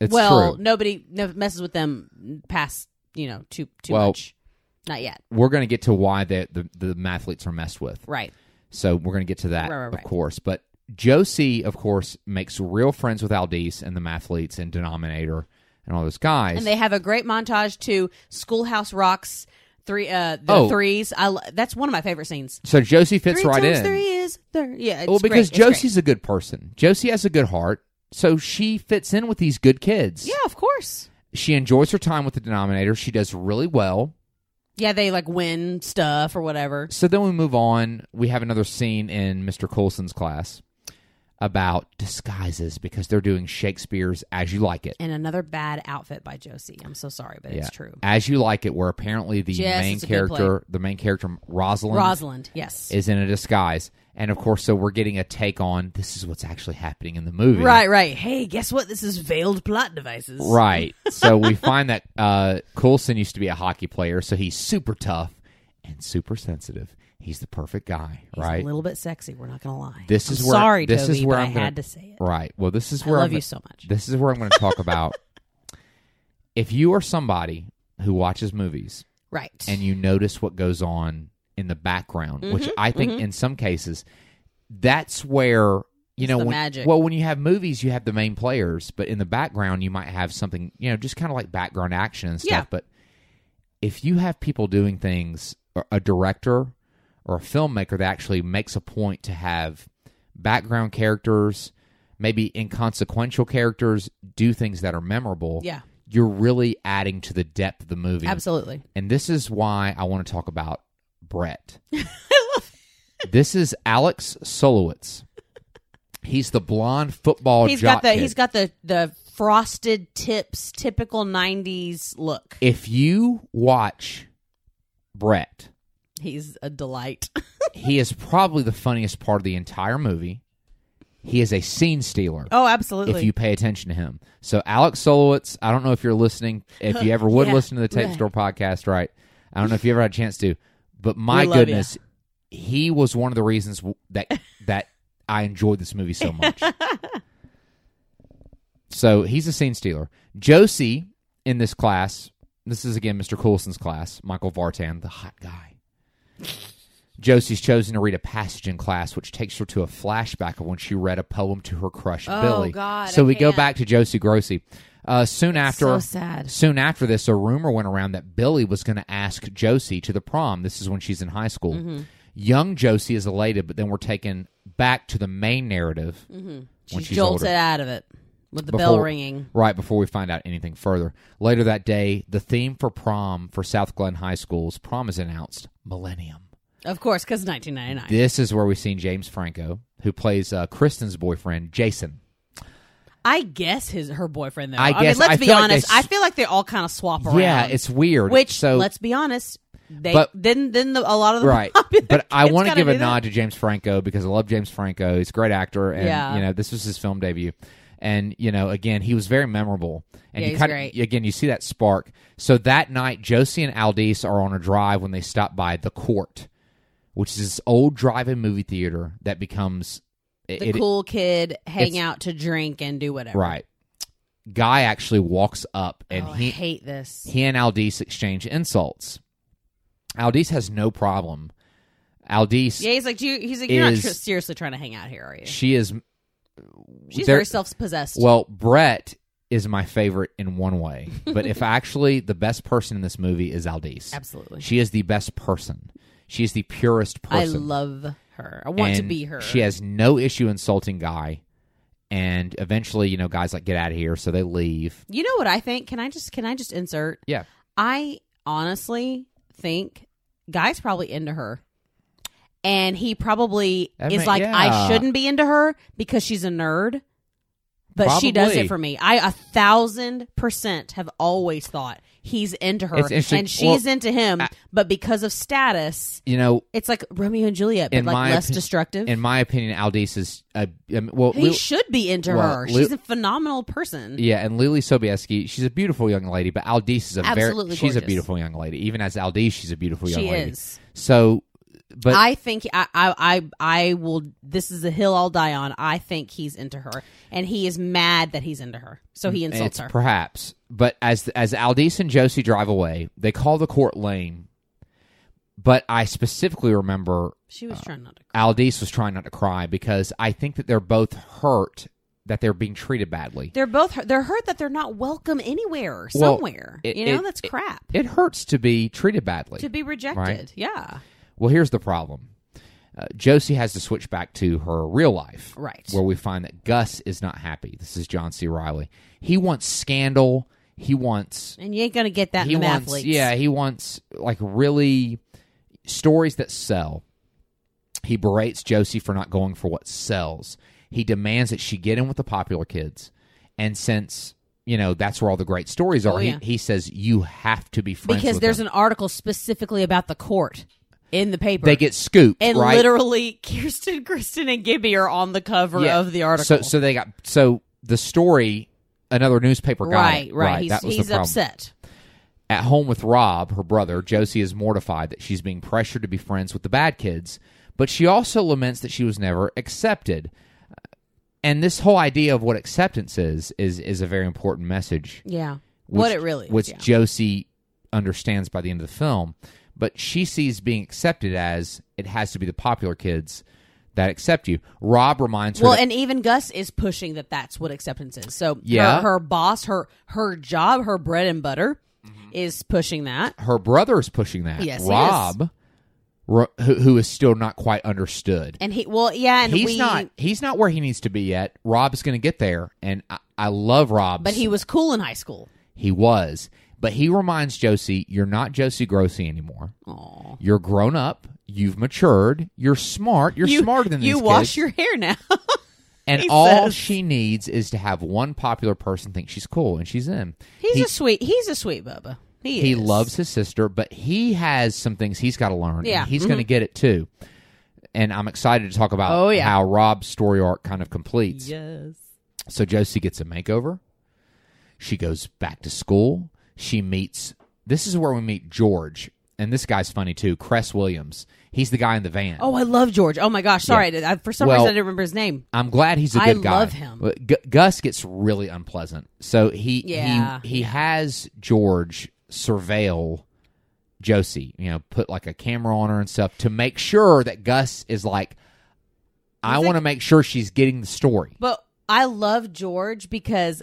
It's
well
true.
nobody no- messes with them past you know too too
Well-
much not yet
We're going to get to why the, the, the mathletes are messed with.
right
So we're going to get to that,
Right, right,
of
right.
course. But Josie, of course, makes real friends with Aldis and the mathletes and Denominator and all those guys.
and they have a great montage to schoolhouse rocks three uh the
Oh.
threes i lo- that's one of my favorite scenes
so Josie fits
three
right
times
in.
three is thir- yeah it's
well,
great.
because
It's great.
Josie's a good person. Josie has a good heart, so she fits in with these good kids.
yeah of course
She enjoys her time with the denominator. She does really well.
yeah they like win stuff or whatever
So then we move on. We have another scene in Mr. Colson's class about disguises because they're doing Shakespeare's As You Like It.
and another bad outfit by Josie. I'm so sorry, but it's true.
As You Like It, where apparently the
Yes,
main
it's a good play.
character, the main character Rosalind,
Rosalind, yes.
is in a disguise. And of course, so we're getting a take on this is what's actually happening in the movie.
right, right. Hey, guess what? This is veiled plot devices.
Right. So we find that uh, Coulson used to be a hockey player, so he's super tough and super sensitive. He's the perfect guy,
He's
right?
A little bit sexy. We're not gonna lie.
This
I'm
is where-
sorry,
this
Toby,
is where
but
I'm
I
gonna-
had to say it.
right. Well, this is
I
where
love
I'm-
you so much.
This is where I'm going to talk about. if you are somebody who watches movies
Right. Mm-hmm,
and you notice what goes on in the background, which I think in some cases, that's where you know
the
when,
magic.
Well, when you have movies, you have the main players, but in the background, you might have something you know, just kind of like background action and stuff.
Yeah.
But if you have people doing things, or a director or a filmmaker that actually makes a point to have background characters, maybe inconsequential characters do things that are memorable,
Yeah.
you're really adding to the depth of the movie.
Absolutely.
And this is why I want to talk about Brett. this is Alex Solowitz. He's the blonde football
He's
jock
got the
kid.
he's got the the frosted tips, typical '90s look.
if you watch Brett,
He's a delight.
he is probably the funniest part of the entire movie. He is a scene stealer.
oh, absolutely.
if you pay attention to him. So Alex Solowitz, I don't know if you're listening, if you ever would
Yeah.
listen to the Tape
Right.
Store podcast, right? I don't know if you ever had a chance to, but my
We love ya.
goodness, he was one of the reasons w- that that I enjoyed this movie so much. so he's a scene stealer. Josie in this class, this is again Mr. Coulson's class, Michael Vartan, the hot guy. Josie's chosen to read a passage in class, which takes her to a flashback of when she read a poem to her crush
Oh,
Billy.
God,
so
I
we go
can't.
back to Josie Grossi. Uh, soon
so
after,
sad.
soon after this, a rumor went around that Billy was going to ask Josie to the prom. This is when she's in high school.
Mm-hmm.
Young Josie is elated, but then we're taken back to the main narrative when
Mm-hmm. She
she's
jolted
older.
out of it with the bell
Before-
ringing.
Right before we find out anything further. Later that day, the theme for prom for South Glen High School's prom is announced: Millennium.
Of course, because 1999.
This is where we've seen James Franco, who plays uh, Kristen's boyfriend, Jason.
I guess his her boyfriend though.
I
I,
guess-
mean, let's
I
be
feel like
honest.
they s-
I feel like they all kind of swap around.
Yeah, it's weird.
which
so
let's be honest. They
But-
then then the, a lot of the
right,
popular
but I
kids
want to
kinda
give a
do that.
nod to James Franco because I love James Franco. He's a great actor, and
Yeah.
you know this was his film debut. And you know, again, he was very memorable. And
Yeah,
you
he's
kinda,
great.
again, you see that spark. So that night, Josie and Aldis are on a drive when they stop by the Court, which is this old drive-in movie theater that becomes
The cool kid hang out to drink and do whatever.
right. Guy actually walks up and
Oh, I
he
hate this.
he and Aldis exchange insults. Aldis has no problem. Aldis,
Yeah, he's like, do you, he's like, you're
is-
not tr- seriously trying to hang out here, are you?
she is.
She's
there-
very self possessed.
Well, Brett is my favorite in one way, but if actually the best person in this movie is Aldis,
Absolutely.
she is the best person. She is the purest
I
person.
love her. I want to
And
be her.
She has no issue insulting Guy, and eventually, you know, guys like get out of here, so they leave.
You know what I think? Can I just can I just insert?
Yeah,
I honestly think guy's probably into her. And he probably
That
is
may-
like, I
yeah.
shouldn't be into her because she's a nerd. But she does
Probably.
it for me. I a thousand percent have always thought he's into her
It's interesting.
and she's
Well,
into him, but because of status,
you know,
it's like Romeo and Juliet, but
In
like
my
less
opi-
destructive.
in my opinion, Aldis is uh, um, well.
he
Lil-
should be into
well,
her.
Lu-
She's a phenomenal person.
Yeah, and Lily Sobieski, she's a beautiful young lady, but Aldis is a
Absolutely
very she's a
gorgeous.
beautiful young lady. Even as Aldis, she's a beautiful young
she
lady.
is.
So, but
I think I, I I I will. This is a hill I'll die on. I think he's into her, and he is mad that he's into her, so he insults
it's
her.
perhaps. But as as Aldis and Josie drive away, they call the court lane. But I specifically remember
she was trying not to.
Aldis was trying not to cry because I think that they're both hurt that they're being treated badly.
They're both. hurt- They're hurt that they're not welcome anywhere,
Well,
somewhere.
it-
you know
it-
that's crap
It hurts to be treated badly.
to be rejected.
Right.
Yeah,
Well, here's the problem. Uh, Josie has to switch back to her real life,
Right.
Where we find that Gus is not happy. This is John C. Riley. He wants scandal. He wants.
and you ain't gonna get that
he
in the
wants.
athletes.
Yeah, he wants like really stories that sell. He berates Josie for not going for what sells. He demands that she get in with the popular kids, and since you know that's where all the great stories are,
Oh, yeah.
he, he says you have to be friends
because
with
there's
them."
an article specifically about the court in the paper.
they get scooped
and
right?
literally Kirsten, Kristen, and Gibby are on the cover
Yeah.
of the article.
So, so they got so the story. Another newspaper got
right, right,
it. right.
He's,
that was
he's
the problem.
upset.
At home with Rob, her brother, Josie is mortified that she's being pressured to be friends with the bad kids, but she also laments that she was never accepted. Uh, And this whole idea of what acceptance is is is a very important message.
Yeah,
which-
what it really is.
which
yeah.
Josie understands by the end of the film, but she sees being accepted as it has to be the popular kids that accept you. Rob reminds her
Well,
that-
and even Gus is pushing that that's what acceptance is. So
Yeah.
her, her boss, her her job, her
Mm-hmm.
bread and butter is pushing that.
her brother is pushing that.
Yes, he
Rob ro- who, who is still not quite understood.
And he, well, yeah, and
he's
we,
not he's not where he needs to be yet. Rob's going to get there, and I, I love Rob,
but he was cool in high school.
he was. But he reminds Josie, "You're not Josie Grossi anymore.
Aw.
You're grown up. You've matured. You're smart. You're
You-
smarter than
you
these
wash
kids.
your hair now.
and
he
all
says.
she needs is to have one popular person think she's cool, and she's in.
he's
He-
a sweet. He's a sweet bubba. He,
he
is.
loves his sister, but he has some things he's got to learn.
Yeah. Mm-hmm.
and he's going to get it too. And I'm excited to talk about
Oh, yeah.
how Rob's story arc kind of completes.
Yes.
So Josie gets a makeover. She goes back to school. She meets. This is where we meet George, and this guy's funny too. Cress Williams. He's the guy in the van.
Oh, I love George. Oh my gosh. Sorry, I, for some
Well-
reason I didn't remember his name.
I'm glad he's a good
I
guy.
love him.
But Gu- Gus gets really unpleasant. So he
Yeah.
he he has George surveil Josie, you know, put like a camera on her and stuff to make sure that Gus is like I
He's
want to make sure she's getting the story.
But I love George because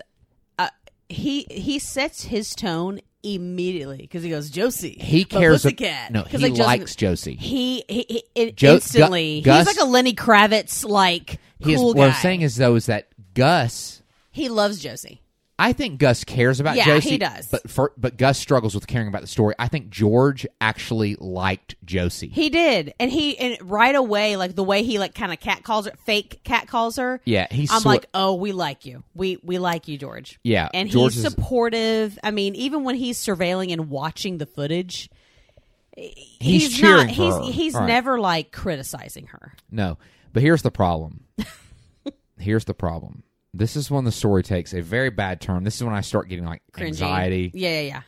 uh, he he sets his tone immediately because he goes Josie.
He
but
cares ab-
Pussycat."
No,
'Cause,
he
like, Joseph-
likes Josie.
He he, he it
Jo-
instantly.
Gu- Gus-
he's like a Lenny Kravitz like
He is,
cool
what I'm
guy.
saying is though is that Gus
he loves Josie.
I think Gus cares about
Yeah,
Josie.
he does.
But for, but Gus struggles with caring about the story. I think George actually liked Josie.
He did, and he and right away, like the way he like kind of cat calls her, fake cat calls her.
yeah, he's
I'm like, oh, we like you. We we like you, George.
Yeah,
and
George
he's
is-
supportive. I mean, even when he's surveilling and watching the footage,
He's cheering
not.
for
he's
her.
he's
Right.
never like criticizing her.
No. But here's the problem. here's the problem. This is when the story takes a very bad turn. This is when I start getting like
Cringy.
anxiety.
Yeah, yeah, yeah.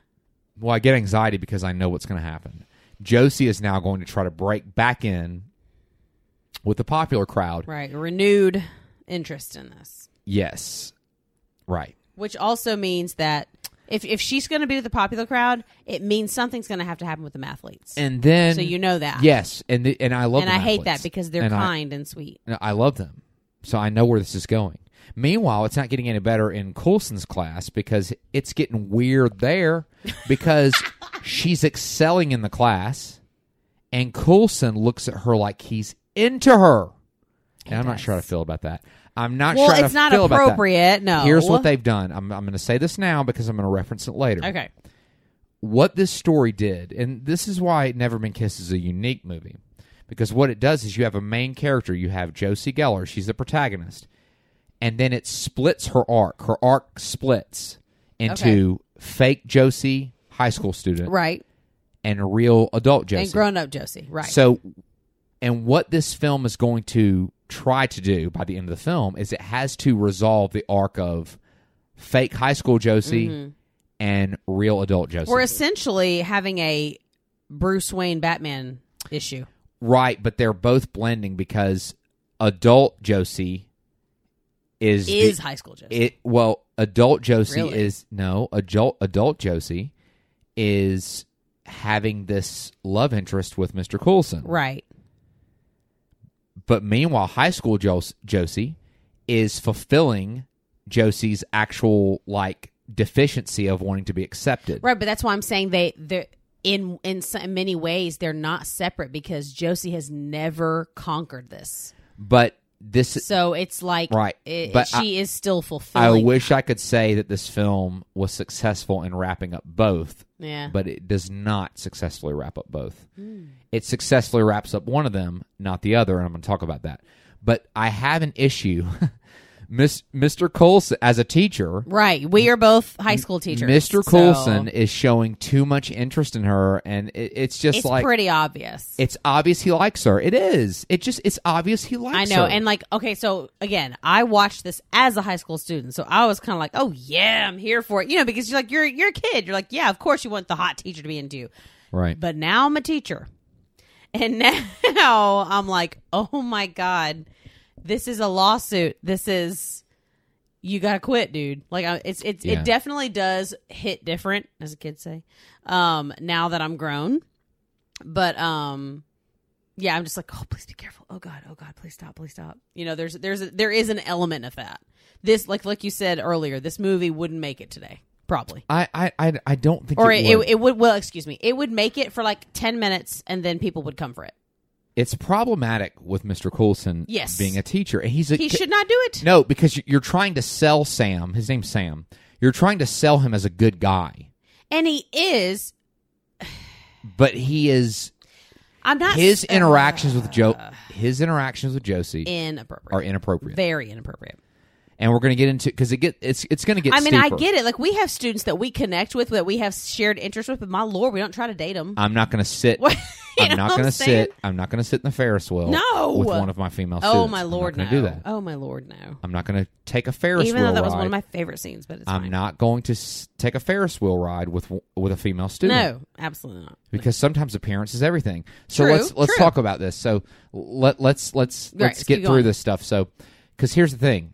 Well, I get anxiety because I know what's going to happen. Josie is now going to try to break back in with the popular crowd.
Right. Renewed interest in this,
Yes. Right.
which also means that if if she's going to be with the popular crowd, it means something's going to have to happen with the mathletes.
And then
so you know that.
Yes, and the, and I love
And
the
I hate that
Mavericks.
because they're
And I-
kind and sweet.
No, I love them. So I know where this is going. Meanwhile, it's not getting any better in Coulson's class because it's getting weird there because she's excelling in the class and Coulson looks at her like he's into her. And I'm not
does.
sure how to feel about that. I'm not
Well,
sure how
it's
to
not
feel about that.
appropriate, no.
Here's what they've done. I'm, I'm going to say this now because I'm going to reference it later
Okay.
what this story did, and this is why Never Been Kissed is a unique movie, because what it does is you have a main character. You have Josie Geller, she's the protagonist, and then it splits her arc. Her arc splits into fake Josie, high school student,
Right.
and real adult Josie.
And grown up Josie. Right.
So, and what this film is going to try to do by the end of the film is it has to resolve the arc of fake high school Josie
Mm-hmm.
and real adult Josie.
We're essentially having a Bruce Wayne Batman issue.
Right, but they're both blending because adult Josie is the-
Is high school Josie.
it well adult Josie
Really?
is no adult adult Josie is having this love interest with Mr. Coulson.
right.
But meanwhile, high school Jos- Josie is fulfilling Josie's actual like deficiency of wanting to be accepted.
Right, but that's why I'm saying they they in in so many ways they're not separate because Josie has never conquered this.
But this
So it's like
Right,
it-
but
she is still
I
fulfilling.
wish I could say that this film was successful in wrapping up both
yeah. Hmm.
but it does not successfully wrap up both. It successfully wraps up one of them, not the other, and I'm going to talk about that. But I have an issue. Miss, Mr. Coulson, as a teacher,
right. We are both high school teachers.
Mr.
so
Coulson is showing too much interest in her, and it, it's just
it's
like
pretty obvious.
it's obvious he likes her. It is. It just it's obvious he
I
likes her.
know. And like, okay, so again, I watched this as a high school student. So I was kind of like, oh yeah, I'm here for it. You know, because you're like, you're you're a kid. You're like, yeah, of course you want the hot teacher to be into you.
right.
But now I'm a teacher. And now I'm like, oh my God, this is a lawsuit. This is, you got to quit, dude. Like, I- it's, it's,
Yeah.
it definitely does hit different, as the kids say, um, now that I'm grown. But, um, yeah, I'm just like, oh, please be careful. Oh God, oh God, please stop, please stop. You know, there's, there's, a, there is an element of that. This, like, like you said earlier, this movie wouldn't make it today, probably
I, I I I don't think
or
it
it, it,
would.
it would well excuse me it would make it for like 10 minutes and then people would come for it
it's problematic with Mr. Coulson
Yes.
being a teacher. And he's a
He should not do it.
No, because you- you're trying to sell Sam. His name's Sam. You're trying to sell him as a good guy,
And he is.
but he is
I'm not.
his
uh,
interactions with Joe. His interactions with Josie
inappropriate.
are inappropriate,
Very inappropriate.
and we're going to get into because it get it's it's going to get.
I mean, I
steeper.
get it. Like we have students that we connect with, that we have shared interests with, but my lord, we don't try to date them.
I'm not going to sit.
What- you know
I'm not
what
going to
I'm saying?
sit. I'm not going to sit in the Ferris wheel.
No!
with one of my female.
oh
students.
my
I'm
lord,
not
no.
gonna do that.
Oh my lord, no.
I'm not going to take a Ferris
Even
wheel
though that
ride.
was one of my favorite scenes, but it's
I'm
fine.
not going to s- take a Ferris wheel ride with w- with a female student.
No, absolutely not.
because sometimes appearance is everything. So
True,
let's let's
true.
talk about this. So let let's let's
Right,
let's
let's
get
keep
through
going.
this stuff. So because here's the thing,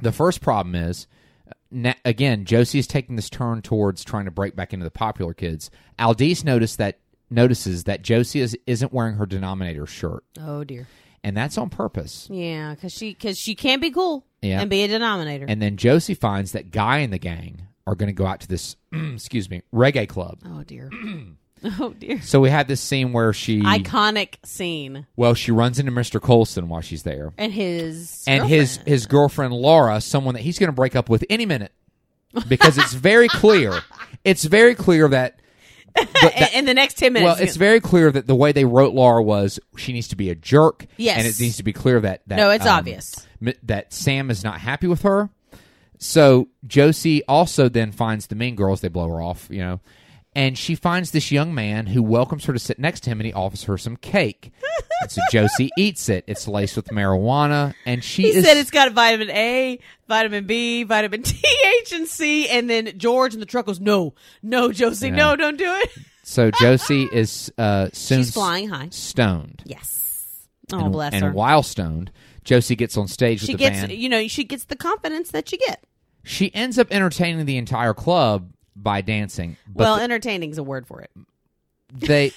the first problem is. uh, Na- again, Josie is taking this turn towards trying to break back into the popular kids. Aldis noticed that notices that Josie is, isn't wearing her denominator shirt,
Oh dear.
and that's on purpose.
Yeah, because she because she can be cool
Yeah.
and be a denominator.
And then Josie finds that Guy and the gang are going to go out to this, excuse me, reggae club.
oh dear. oh dear.
So we had this scene where she,
Iconic scene
well, she runs into Mr. Colson while she's there.
and his
and his his girlfriend Laura, someone that he's going to break up with any minute, because it's very clear. It's very clear that
girlfriend. in, in the next ten minutes.
well, it's very clear that the way they wrote Laura was she needs to be a jerk.
Yes.
and it needs to be clear that, that
No, it's
um,
obvious.
m- that Sam is not happy with her. So Josie also then finds the mean girls. They blow her off, you know, and she finds this young man who welcomes her to sit next to him, and he offers her some cake. and so Josie eats it. It's laced with marijuana, and she
he
is
said it's got vitamin A, vitamin B, vitamin T, H, and C, and then George in the truck goes, "No, no, Josie,
Yeah.
no, don't do it."
So Josie is uh, soon
She's flying high.
stoned.
Yes. Oh,
and,
bless
and
her.
while stoned, Josie gets on stage
she
with the
gets,
band.
you know, she gets the confidence that you get.
She ends up entertaining the entire club by dancing. But
well, entertaining's a word for it.
they,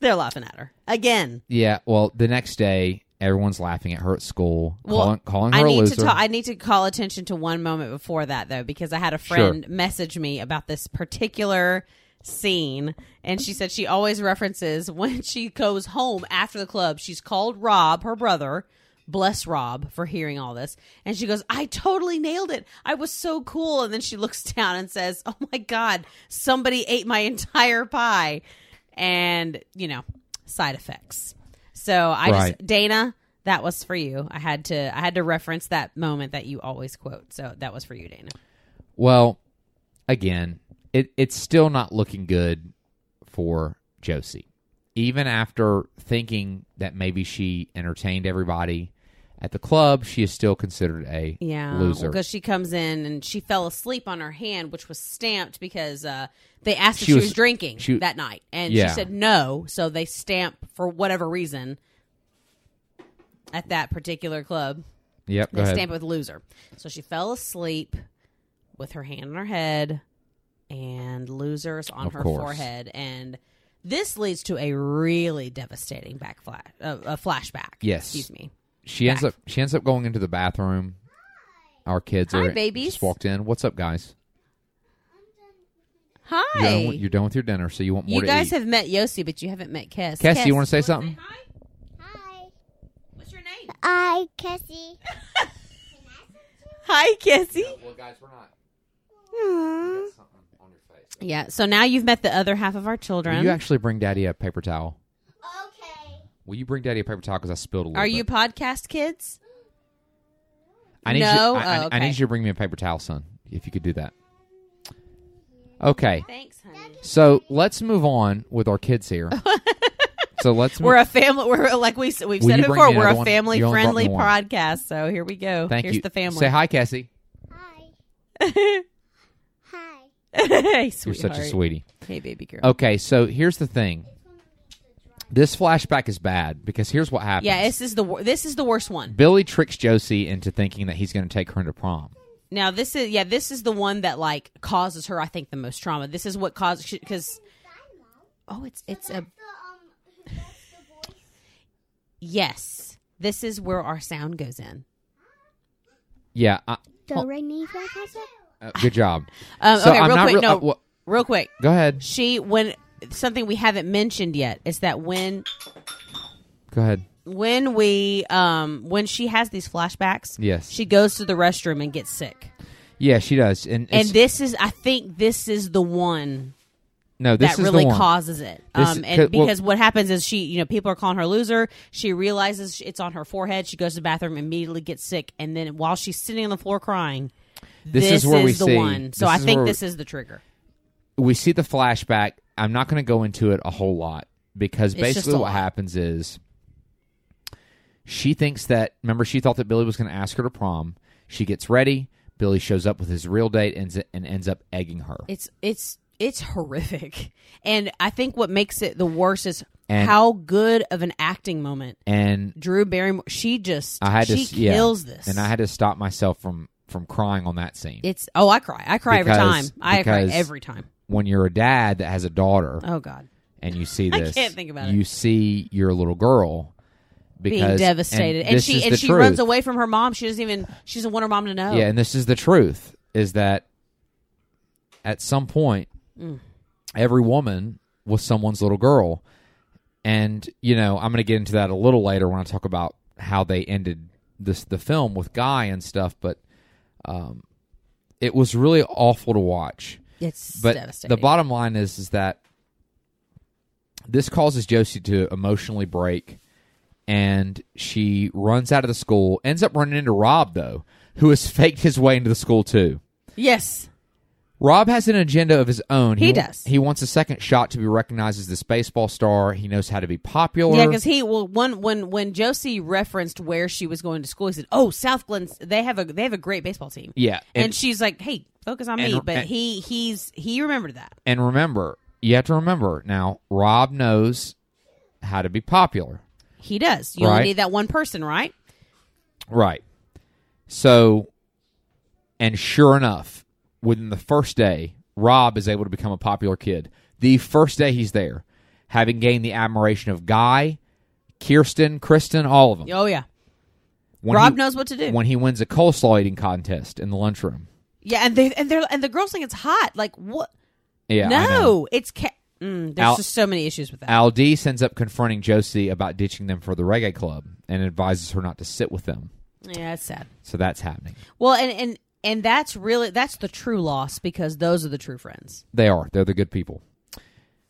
They're laughing at her again.
yeah. Well, the next day, everyone's laughing at her at school,
Well,
calling, calling her
I
a
need
loser.
to ta- I need to call attention to one moment before that though, because I had a friend message me about this particular scene, and she said she always references when she goes home after the club. She's called Rob, her brother. Bless Rob for hearing all this. And she goes, I totally nailed it. I was so cool. And then she looks down and says, Oh my God, somebody ate my entire pie. And, you know, side effects. So I
Right.
just, Dana, that was for you. I had to I had to reference that moment that you always quote. So that was for you, Dana.
well, again, it, it's still not looking good for Josie. Even after thinking that maybe she entertained everybody at the club, she is still considered a
Yeah.
loser.
Because she comes in and she fell asleep on her hand, which was stamped because uh, they asked if
She
she
was-
was, drinking
she-
that night. And
Yeah.
she said no. So they stamp for whatever reason at that particular club.
Yep. Go
They
ahead.
stamp it with loser. So she fell asleep with her hand on her head and losers on
Of
her
course.
forehead. And this leads to a really devastating backflash, uh, a flashback.
Yes.
Excuse me.
She ends up she ends up going into the bathroom. Our kids
Hi,
are
babies.
just walked in. What's up, guys?
Hi.
You're, done with, you're done with your dinner, so you want more
You
to
guys
eat.
have met Yossi, but you haven't met Kes.
Cassie, you
Kes,
want to say something?
hi?
Hi.
What's your name?
I Cassie.
Hi, Kessie.
Well, guys, we're not. something on your face.
Yeah. So now you've met the other half of our children.
Will you actually bring Daddy a paper towel?
Okay.
Will you bring Daddy a paper towel because I spilled a little
Are
bit.
you podcast kids?
I need
No?
You, I, I-
Oh,
I
okay.
need you to bring me a paper towel, son, if you could do that. Okay.
Thanks, honey.
So let's move on with our kids here. so let's move
We're a family. We're like we s- we've
Will
said
you
it
bring
before.
me
We're
another
a
one?
family
You only brought me
friendly
one.
podcast. So here we go.
Thank
Here's
you.
the family.
Say hi, Cassie.
Hi. Hi.
hey,
You're
sweetheart.
such a sweetie.
Hey, baby girl.
Okay, so here's the thing. This flashback is bad because here's what happens.
Yeah, this is the wor- this is the worst one.
Billy tricks Josie into thinking that he's going to take her into prom.
Now this is yeah this is the one that like causes her I think the most trauma. This is what causes because oh it's it's a
The, um, the voice.
yes this is where our sound goes in.
Yeah, I,
Do re mi fa fa sol.
uh, good job.
Um,
So
okay,
I'm
real
not
quick.
real-
no,
uh, wha-
real quick.
Go ahead.
She when something we haven't mentioned yet is that when
Go ahead.
when we um when she has these flashbacks
Yes.
she goes to the restroom and gets sick
Yeah, she does. And,
and
it's-
this is i think this is the one
no, this
that
is
really
the one.
causes it
This-
um
c- well-
and because what happens is she you know people are calling her loser she realizes it's on her forehead she goes to the bathroom immediately gets sick and then while she's sitting on the floor crying
This is where we
the
see-
one so
this
i
is
think
where we-
this is the trigger
we see the flashback. I'm not going to go into it a whole lot because
It's just
basically
a
what
lot.
happens is she thinks that remember she thought that Billy was going to ask her to prom. She gets ready. Billy shows up with his real date and, and ends up egging her.
it's it's it's horrific and i think what makes it the worst is
And-
how good of an acting moment
and
Drew Barrymore. She just
I had
she
to s- yeah.
kills this.
and I had to stop myself from from crying on that scene.
it's oh I cry I cry every time
Because-
I cry
because-
every time.
when you're a dad that has a daughter
Oh God,
and you see
I
this,
can't think about it.
you see your little girl because
being devastated, and,
this
she
is
and
the
she
truth.
runs away from her mom. She doesn't even she doesn't want her mom to know.
Yeah, and this is the truth is that at some point every woman was someone's little girl. And, you know, I'm going to get into that a little later when I talk about how they ended this the film with Guy and stuff, but um it was really awful to watch.
it's
But
devastating.
the bottom line is is that this causes Josie to emotionally break and she runs out of the school, ends up running into Rob though, who has faked his way into the school too.
yes,
Rob has an agenda of his own.
He
wa-
does.
He wants a second shot to be recognized as this baseball star. He knows how to be popular.
yeah, because he well one when when Josie referenced where she was going to school, he said, "Oh, South Glen, they have a they have a great baseball team."
Yeah,
and,
and-
she's like, "Hey, focus on
and-
me," but
and-
he he's he remembered that.
and remember, you have to remember now. Rob knows how to be popular.
He does. You
Right.
only need that one person, right?
Right. So, and sure enough, within the first day, Rob is able to become a popular kid. The first day he's there, having gained the admiration of Guy, Kirsten, Kristen, all of them.
Oh yeah,
When
Rob
he-
knows what to do.
When he wins a coleslaw eating contest in the lunchroom.
Yeah, and they and they're and the girls think it's hot. Like what?
Yeah. I know.
no, it's ca- mm, there's
Al-
just so many issues with that.
Al D ends up confronting Josie about ditching them for the reggae club and advises her not to sit with them.
yeah, it's sad.
So that's happening.
Well, and and and that's really that's the true loss because those are the true friends.
They are. They're the good people.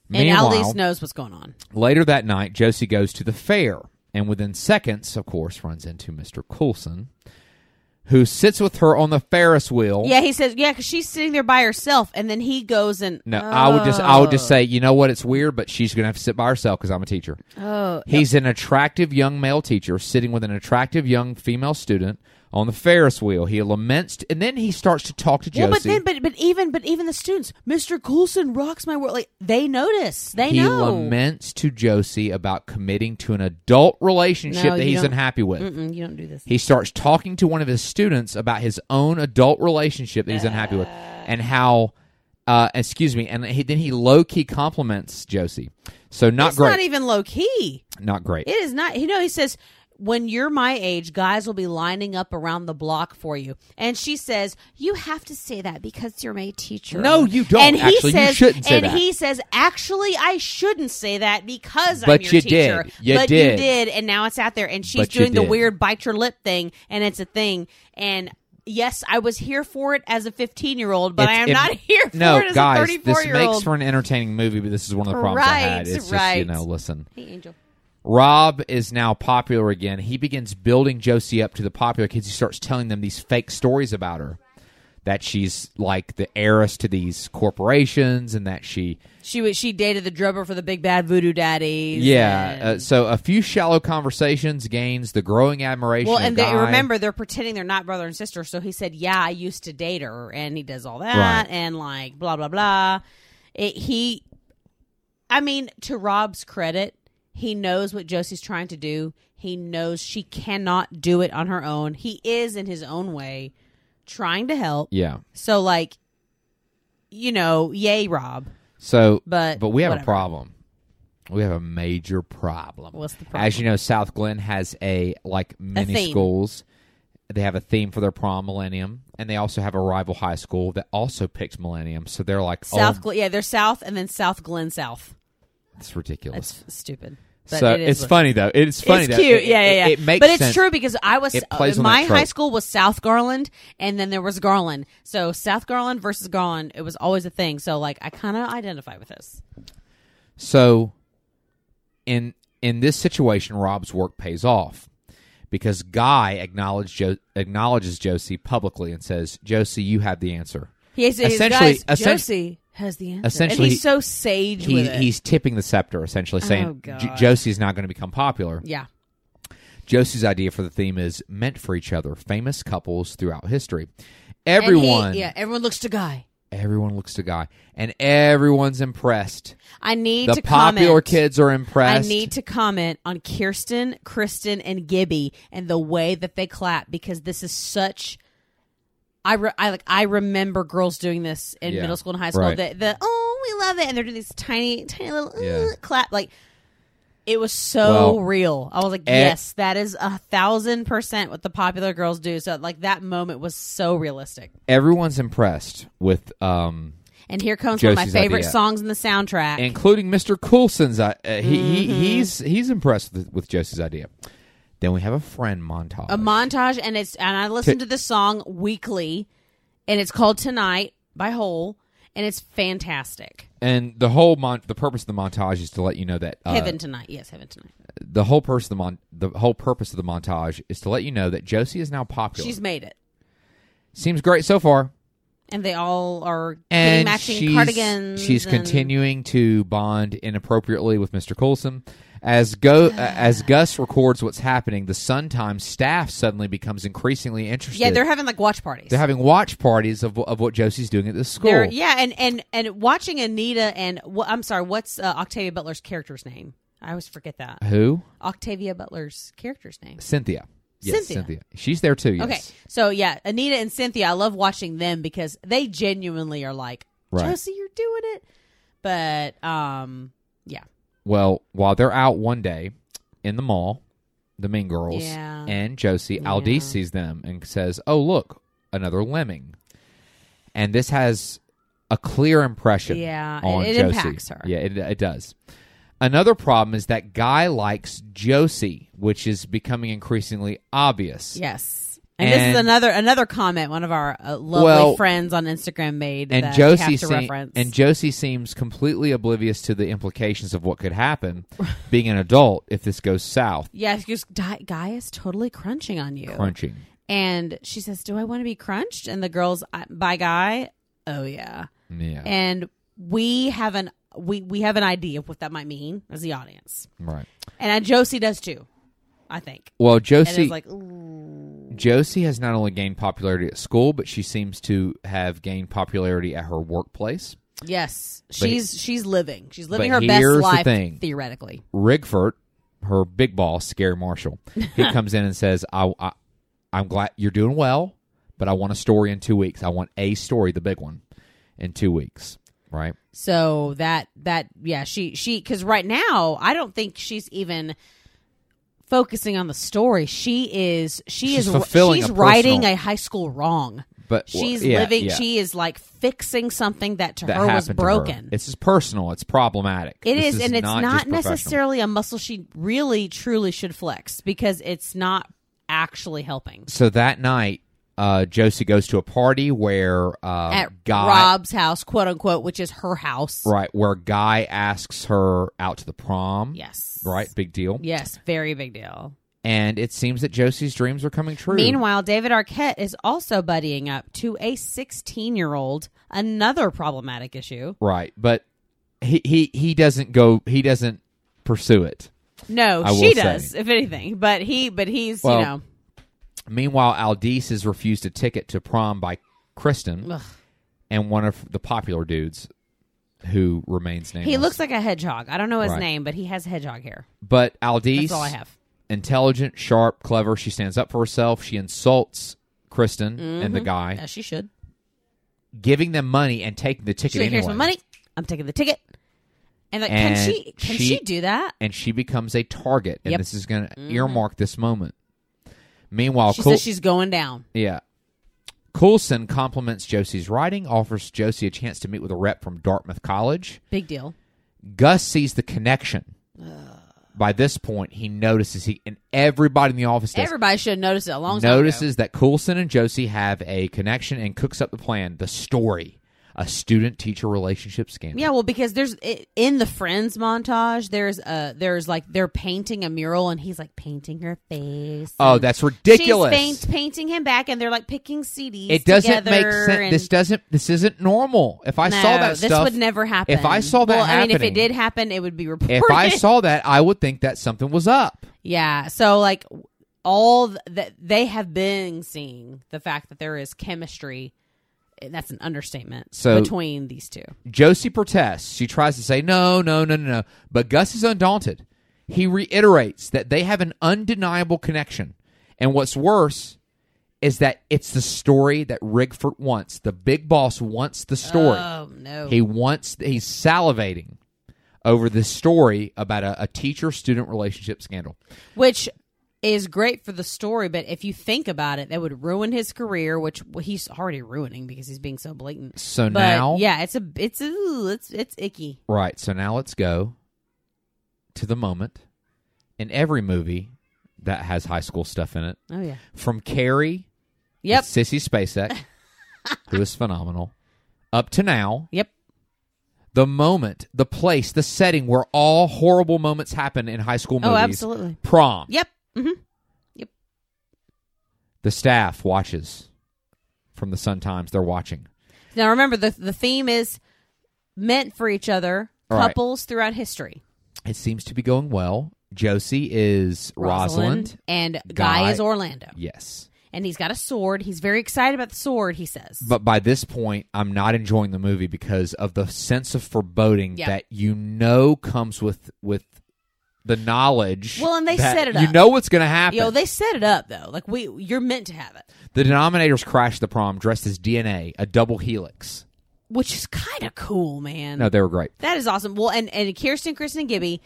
And
Meanwhile,
Aldis knows what's going on.
Later that night, Josie goes to the fair and within seconds, of course, runs into Mr. Coulson, who sits with her on the Ferris wheel.
Yeah, he says yeah because she's sitting there by herself, and then he goes and
No, I would just I would just say, you know what, it's weird, but she's gonna have to sit by herself because I'm a teacher.
oh
He's an attractive young male teacher sitting with an attractive young female student on the Ferris wheel. He laments and then he starts to talk to Josie.
well, but then but but even but even the students, Mr. Coulson rocks my world. Like they notice, they
he
know.
laments to Josie about committing to an adult relationship
No,
that
you
he's
don't-
unhappy with.
Mm, you don't do this.
He starts talking to one of his students about his own adult relationship that he's unhappy with and how uh, excuse me, and he, then he low key compliments Josie. So not
it's
great.
not even low key.
not great.
It is not. You know, he says, when you're my age, guys will be lining up around the block for you. And she says, you have to say that because you're my teacher.
No, you don't,
And he
actually. You
says,
shouldn't say
and
that.
he says, actually, I shouldn't say that because I'm
But
your
you
teacher.
did. You
but
did.
you did. And now it's out there. And she's
But you
doing the
did.
weird bite your lip thing. And it's a thing. And yes, I was here for it as a 15 year old, but
It's-
I am
it-
not here for
no,
it as
guys,
a 34
this
year old.
makes for an entertaining movie, but this is one of the problems I had.
Right,
It's just you
right.
know, listen.
hey, Angel.
Rob is now popular again. He begins building Josie up to the popular kids. He starts telling them these fake stories about her. That she's like the heiress to these corporations and that she
She was she dated the drummer for the Big Bad Voodoo Daddies.
Yeah.
and-
Uh, so a few shallow conversations gains the growing admiration.
well,
of
and they,
Guy.
remember they're pretending they're not brother and sister. So he said, "Yeah, I used to date her," and he does all that
Right.
and like blah blah blah. It, he, I mean, to Rob's credit, he knows what Josie's trying to do. He knows she cannot do it on her own. He is in his own way trying to help.
Yeah.
So like, you know, yay, Rob.
So,
But
but we have a
whatever.
problem. We have a major problem.
What's the problem?
As you know, South Glen has a like many
theme.
schools. They have a theme for their prom millennium, and they also have a rival high school that also picked millennium. So they're like,
South,
oh,
Glen, yeah, they're South, and then South Glen South.
it's ridiculous.
That's stupid. But
so
it is
it's
what-
funny though. It's funny.
it's
though.
cute.
It-
yeah, yeah,
it-
yeah.
It, makes
but it's
sense.
true because I was
It plays on
my
that trope.
high school was South Garland, and then there was Garland. So South Garland versus Garland, it was always a thing. So like, I kind of identify with this.
So in in this situation, Rob's work pays off because Guy acknowledged jo- acknowledges Josie publicly and says, "Josie, you have the answer."
He says,
Essentially-
guys,
essen-
Josie has the answer,
essentially-
and he's so sage
He's
with it.
he's tipping the scepter essentially,
Oh,
saying
God.
"J- Josie's not going to become popular.
yeah,
Josie's idea for the theme is meant for each other, famous couples throughout history.
And he-
Everyone,
yeah, everyone looks to Guy.
everyone looks to Guy, and everyone's impressed.
I need
The
to
popular
comment.
kids are
I
impressed.
need to comment on Kirsten, Kristen, and Gibby and the way that they clap because this is such. I, re- I like I remember girls doing this in
Yeah,
middle school and high school.
right.
The, the oh we love it and they're doing these tiny tiny little uh,
Yeah.
clap like it was so
Well,
real. I was like,
e-
yes, that is a thousand percent what the popular girls do. So like that moment was so realistic.
everyone's impressed with um,
And here comes one of
Josie's
my favorite
idea.
songs in the soundtrack.
including Mr. Coulson's. Uh, uh, he, he
Mm-hmm.
he's he's impressed with, with Josie's idea. Then we have a friend montage.
a montage and it's and I listen to this song weekly and it's called Tonight by Hole and it's fantastic.
and the whole mon- the purpose of the montage is to let you know that uh,
Heaven tonight. Yes, heaven tonight.
the whole purpose of the mon- the whole purpose of the montage is to let you know that Josie is now popular.
She's made it.
Seems great so far.
And they all are getting
And
matching
she's,
cardigans.
she's
and-
continuing to bond inappropriately with Mr. Coulson. As go as Gus records what's happening, the Sun Times staff suddenly becomes increasingly interested.
Yeah, they're having like watch parties.
They're having watch parties of, of what Josie's doing at this school.
They're- yeah, and and and watching Anita and wh- I'm sorry, what's uh, Octavia Butler's character's name? I always forget that.
Who?
Octavia Butler's character's name.
Cynthia. Yes,
Cynthia.
Cynthia. She's there too. Yes.
Okay. So yeah, Anita and Cynthia, I love watching them because they genuinely are like,
Right.
Josie, you're doing it. But um yeah.
Well, while they're out one day in the mall, the Mean Girls
Yeah.
and Josie, yeah.
Yeah.
sees them and says, "Oh, look, another lemming." And this has a clear impression.
Yeah, it-
on
it
Josie.
impacts her.
Yeah, it, it does. Another problem is that guy likes Josie, which is becoming increasingly obvious.
Yes. And, this is
And-
another another comment one of our uh, lovely
Well,
friends on Instagram made
and
that we
Josie
have to
se-
reference.
and Josie seems completely oblivious to the implications of what could happen being an adult if this goes south.
yeah, because Di- guy is totally crunching on you.
Crunching.
And she says, "Do I want to be crunched?" And the girls, "I- "By guy, oh yeah."
Yeah.
And we have an we we have an idea of what that might mean as the audience,
right.
and uh, Josie does too, I think.
Well,
And
Josie
it's like, ooh.
Josie has not only gained popularity at school, but she seems to have gained popularity at her workplace.
yes, she's she's living, she's living her
but
best
here's the
life
thing.
theoretically.
Rigford, her big boss, Gary Marshall, he comes in and says, I, I, I'm glad you're doing well, but I want a story in two weeks. I want a story, the big one, in two weeks. Right?
So that that yeah, she she because right now I don't think she's even focusing on the story. She is she
She's
is
fulfilling
she's
a
writing
personal-
a high school wrong.
But
She's
yeah,
living.
yeah.
She is like fixing something that to
that
her was
happened to her.
broken.
It's just personal. It's problematic.
It
This
is, and it's not,
just professional.
necessarily a muscle she really truly should flex because it's not actually helping.
So that night, uh, Josie goes to a party where uh,
At
Guy,
Rob's house, quote unquote, which is her house.
right, where Guy asks her out to the prom.
Yes.
right, big deal.
Yes, very big deal.
And it seems that Josie's dreams are coming true.
Meanwhile, David Arquette is also buddying up to a 16 year old, another problematic issue.
right, but he he he doesn't go. He doesn't pursue it.
No,
I
she
will
does,
say.
if anything. But he, but he's,
Well,
you know,
Meanwhile, Aldis is refused a ticket to prom by Kristen
Ugh.
and one of the popular dudes who remains nameless.
he looks like a hedgehog. I don't know his
Right.
name, but he has hedgehog hair.
but Aldis
That's all I have.
intelligent, sharp, clever. She stands up for herself. She insults Kristen and
Mm-hmm.
the guy,
As she should.
giving them money and taking the ticket
She's like,
anyway.
here's my money. I'm taking the ticket. And like,
And
can she? Can she,
she-
do that?
And she becomes a target, and
Yep. Mm-hmm.
this is going to earmark this moment. Meanwhile,
She
Coul-
says she's going down.
yeah. Coulson compliments Josie's writing, offers Josie a chance to meet with a rep from Dartmouth College.
Big deal.
Gus sees the connection by this point, he notices he and everybody in the office does,
Everybody should have noticed it a long time ago.
notices that Coulson and Josie have a connection and cooks up the plan, the story, a student teacher relationship scandal.
Yeah, well, because there's i- in the Friends montage, there's uh there's like they're painting a mural, and he's like painting her face.
Oh,
and
that's ridiculous.
She's paint, painting him back, and they're like picking CDs.
it doesn't make
together,
sense.
and-
This doesn't. This isn't normal. If I saw
No,
that
this
stuff,
would never happen.
If I saw that
well, I mean, if
happening-
it did happen, it would be reported.
if I saw that, I would think that something was up.
yeah, so like all th- that they have been seeing the fact that there is chemistry. and That's an understatement.
So-
between these two,
Josie protests. She tries to say no, no, no, no, no. But Gus is undaunted. He reiterates that they have an undeniable connection. And what's worse is that it's the story that Rigford wants. The big boss wants the story.
Oh no!
He wants he's salivating over this story about a, a teacher student relationship scandal.
which is great for the story but if you think about it that would ruin his career which well, he's already ruining because he's being so blatant
So
but
now
yeah it's a it's ooh, it's it's icky
Right. So now let's go to the moment in every movie that has high school stuff in it.
oh yeah
From Carrie
yep
with Sissy Spacek, who is phenomenal. Up to now,
yep
the moment, the place, the setting where all horrible moments happen in high school
oh
movies.
absolutely
Prom.
yep hmm
The staff watches from the Sun Times. They're watching.
now remember the the theme is meant for each other
All right.
couples throughout history
It seems to be going well. Josie is Rosalind.
and guy,
Guy-
is orlando
Yes.
and he's got a sword he's very excited about the sword he says
But by this point, I'm not enjoying the movie because of the sense of foreboding
Yeah.
that you know comes with with the knowledge.
Well, and they
that
set it
You
up.
know what's going to happen.
yo they set it up though like we you're meant to have it
The denominators crash the prom dressed as DNA, a double helix.
which is kind of cool man
No, they were great.
That is awesome. Well, and and Kirsten, Kristen, and Gibby,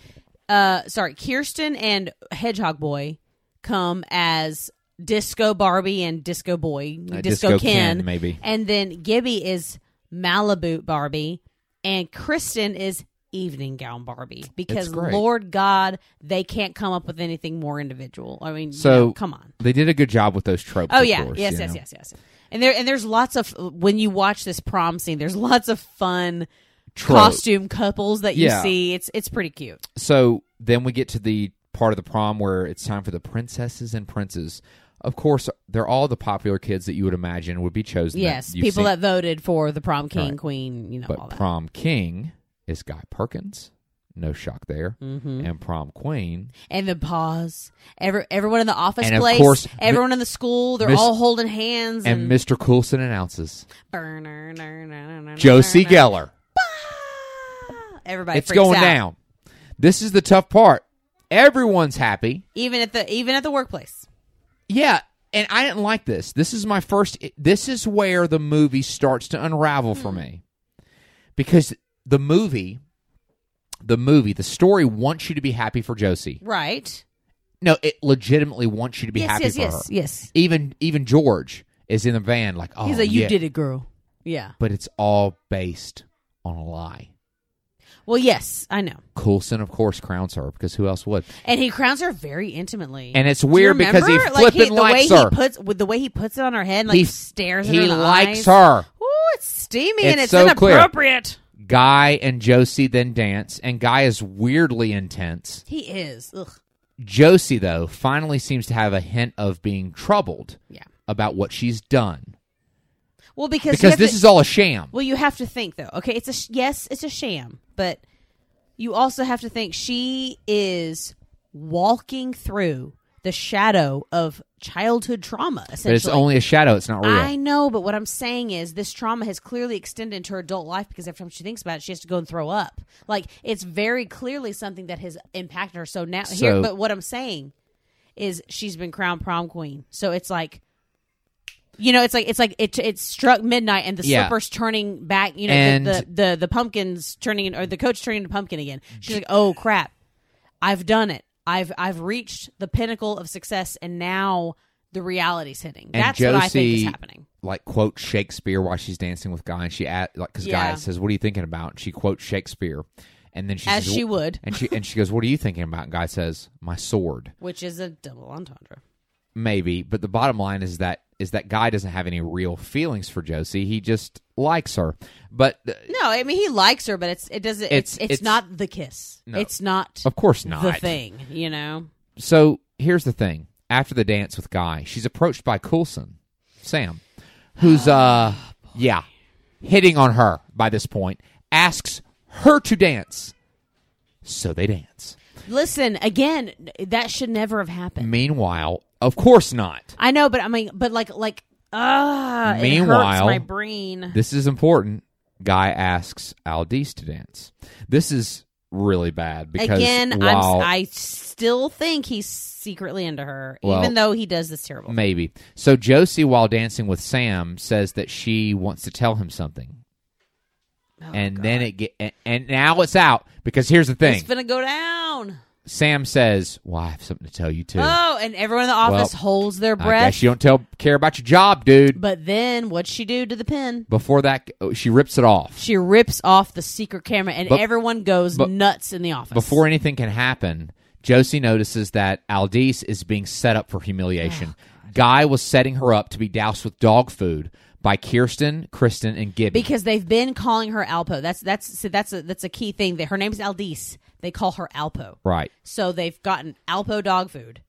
uh, sorry, Kirsten and Hedgehog Boy come as Disco Barbie and Disco Boy,
Uh,
Disco,
Disco
Ken,
Ken, maybe.
and then Gibby is Malibu Barbie, and Kristen is evening gown Barbie because
great.
Lord God, they can't come up with anything more individual. I mean, you
So-
know, come on.
They did a good job with those tropes.
Oh
of
yeah,
course,
yes,
you
yes,
know.
yes, yes. And there and there's lots of when you watch this prom scene, there's lots of fun
Trope.
costume couples that you
Yeah.
see. It's it's pretty cute.
So then we get to the part of the prom where it's time for the princesses and princes. Of course, they're all the popular kids that you would imagine would be chosen.
yes,
you've
people
seen.
that voted for the prom king,
Right.
queen, you know all
But
that.
prom king is Guy Perkins. No shock there.
Mhm.
And prom queen,
and the pause. Every everyone in the office
And of
place,
course, mi-
everyone in the school, they're
Miss-
all holding hands
and
and,
Mr. Coulson announces
burner, ner, ner, ner, ner,
Josie
ner, ner.
Geller.
Everybody,
It's
freaks
going
out.
down. This is the tough part. Everyone's happy.
even at the even at the workplace.
Yeah, and I didn't like this. This is my first. This is where the movie starts to unravel
Hmm.
for me, because the movie, the movie, the story wants you to be happy for Josie.
Right?
No, it legitimately wants you to be
yes,
happy
yes,
for
yes,
her.
yes.
Even even George is in the van, like, oh,
He's like, you
yeah.
did it, girl. Yeah.
But it's all based on a lie.
Well, yes, I know.
Coulson, of course, crowns her because who else would?
And he crowns her very intimately.
And it's
Do you
weird because he
remember?
flipping
the way
likes
he
her.
puts with the way he puts it on her head, and, like
He-
stares at her.
He
in the
likes
eyes.
her.
Ooh, it's steamy and
It's
it's
so clear.
inappropriate.
Guy and Josie then dance, and Guy is weirdly intense.
He is. Ugh.
Josie, though, finally seems to have a hint of being troubled
Yeah.
about what she's done
Well, because you
because
have
this
to,
is all a sham.
well, you have to think though. Okay, it's a sh- yes, it's a sham, but you also have to think she is walking through the shadow of childhood trauma. Essentially,
But it's only a shadow; it's not real.
I know, but what I'm saying is this trauma has clearly extended into her adult life because every time she thinks about it, she has to go and throw up. Like it's very clearly something that has impacted her. So now,
So-
here, but what I'm saying is she's been crowned prom queen. So it's like, you know, it's like it's like it it struck midnight and the
Yeah.
slippers turning back. You know,
And-
the, the the the pumpkins turning or the coach turning into pumpkin again. She's like, oh crap, I've done it. I've I've reached the pinnacle of success, and now. The reality's hitting.
and
That's
Josie,
what I think is happening.
Like quotes Shakespeare while she's dancing with Guy, and she at like because
Yeah.
Guy says, "What are you thinking about?" And she quotes Shakespeare, And then she
As
says,
she
"Wh-"
would.
and she and she goes, "What are you thinking about?" And guy says, "My sword."
which is a double entendre.
Maybe, but the bottom line is that is that guy doesn't have any real feelings for Josie. He just likes her. But uh,
No, I mean he likes her, but it's it doesn't. It's
It's-
it's,
it's-
not the kiss.
No.
It's not
of course not.
the thing. You know.
So here's the thing: after the dance with Guy, she's approached by Coulson, Sam, who's
Oh,
uh, yeah, hitting on her by this point, asks her to dance. So they dance.
Listen again. That should never have happened.
Meanwhile, of course not.
I know, but I mean, but like like ah. it hurts
Meanwhile-
my brain.
This is important. Guy asks Aldis to dance. This is really bad because
Again,
while
I'm, I still think he's secretly into her,
Well-
even though he does this terrible.
Maybe. So Josie, while dancing with Sam, says that she wants to tell him something,
Oh,
and
God.
then it get and, and now it's out because here's the thing:
it's gonna go down.
Sam says, "Well, I have something to tell you too.
Oh, and everyone in the office holds their
I
breath.
guess you don't tell care about your job, dude."
But then what'd she do to the pin?
Before that, oh, she rips it off.
She rips off the secret camera, and
But-
everyone goes
but-
nuts in the office.
Before anything can happen, Josie notices that Aldis is being set up for humiliation.
Oh,
Guy was setting her up to be doused with dog food by Kirsten, Kristen, and Gibby.
because they've been calling her Alpo. That's that's so that's a that's a key thing. That her name's Aldis. They call her Alpo,
right.
so they've gotten Alpo dog food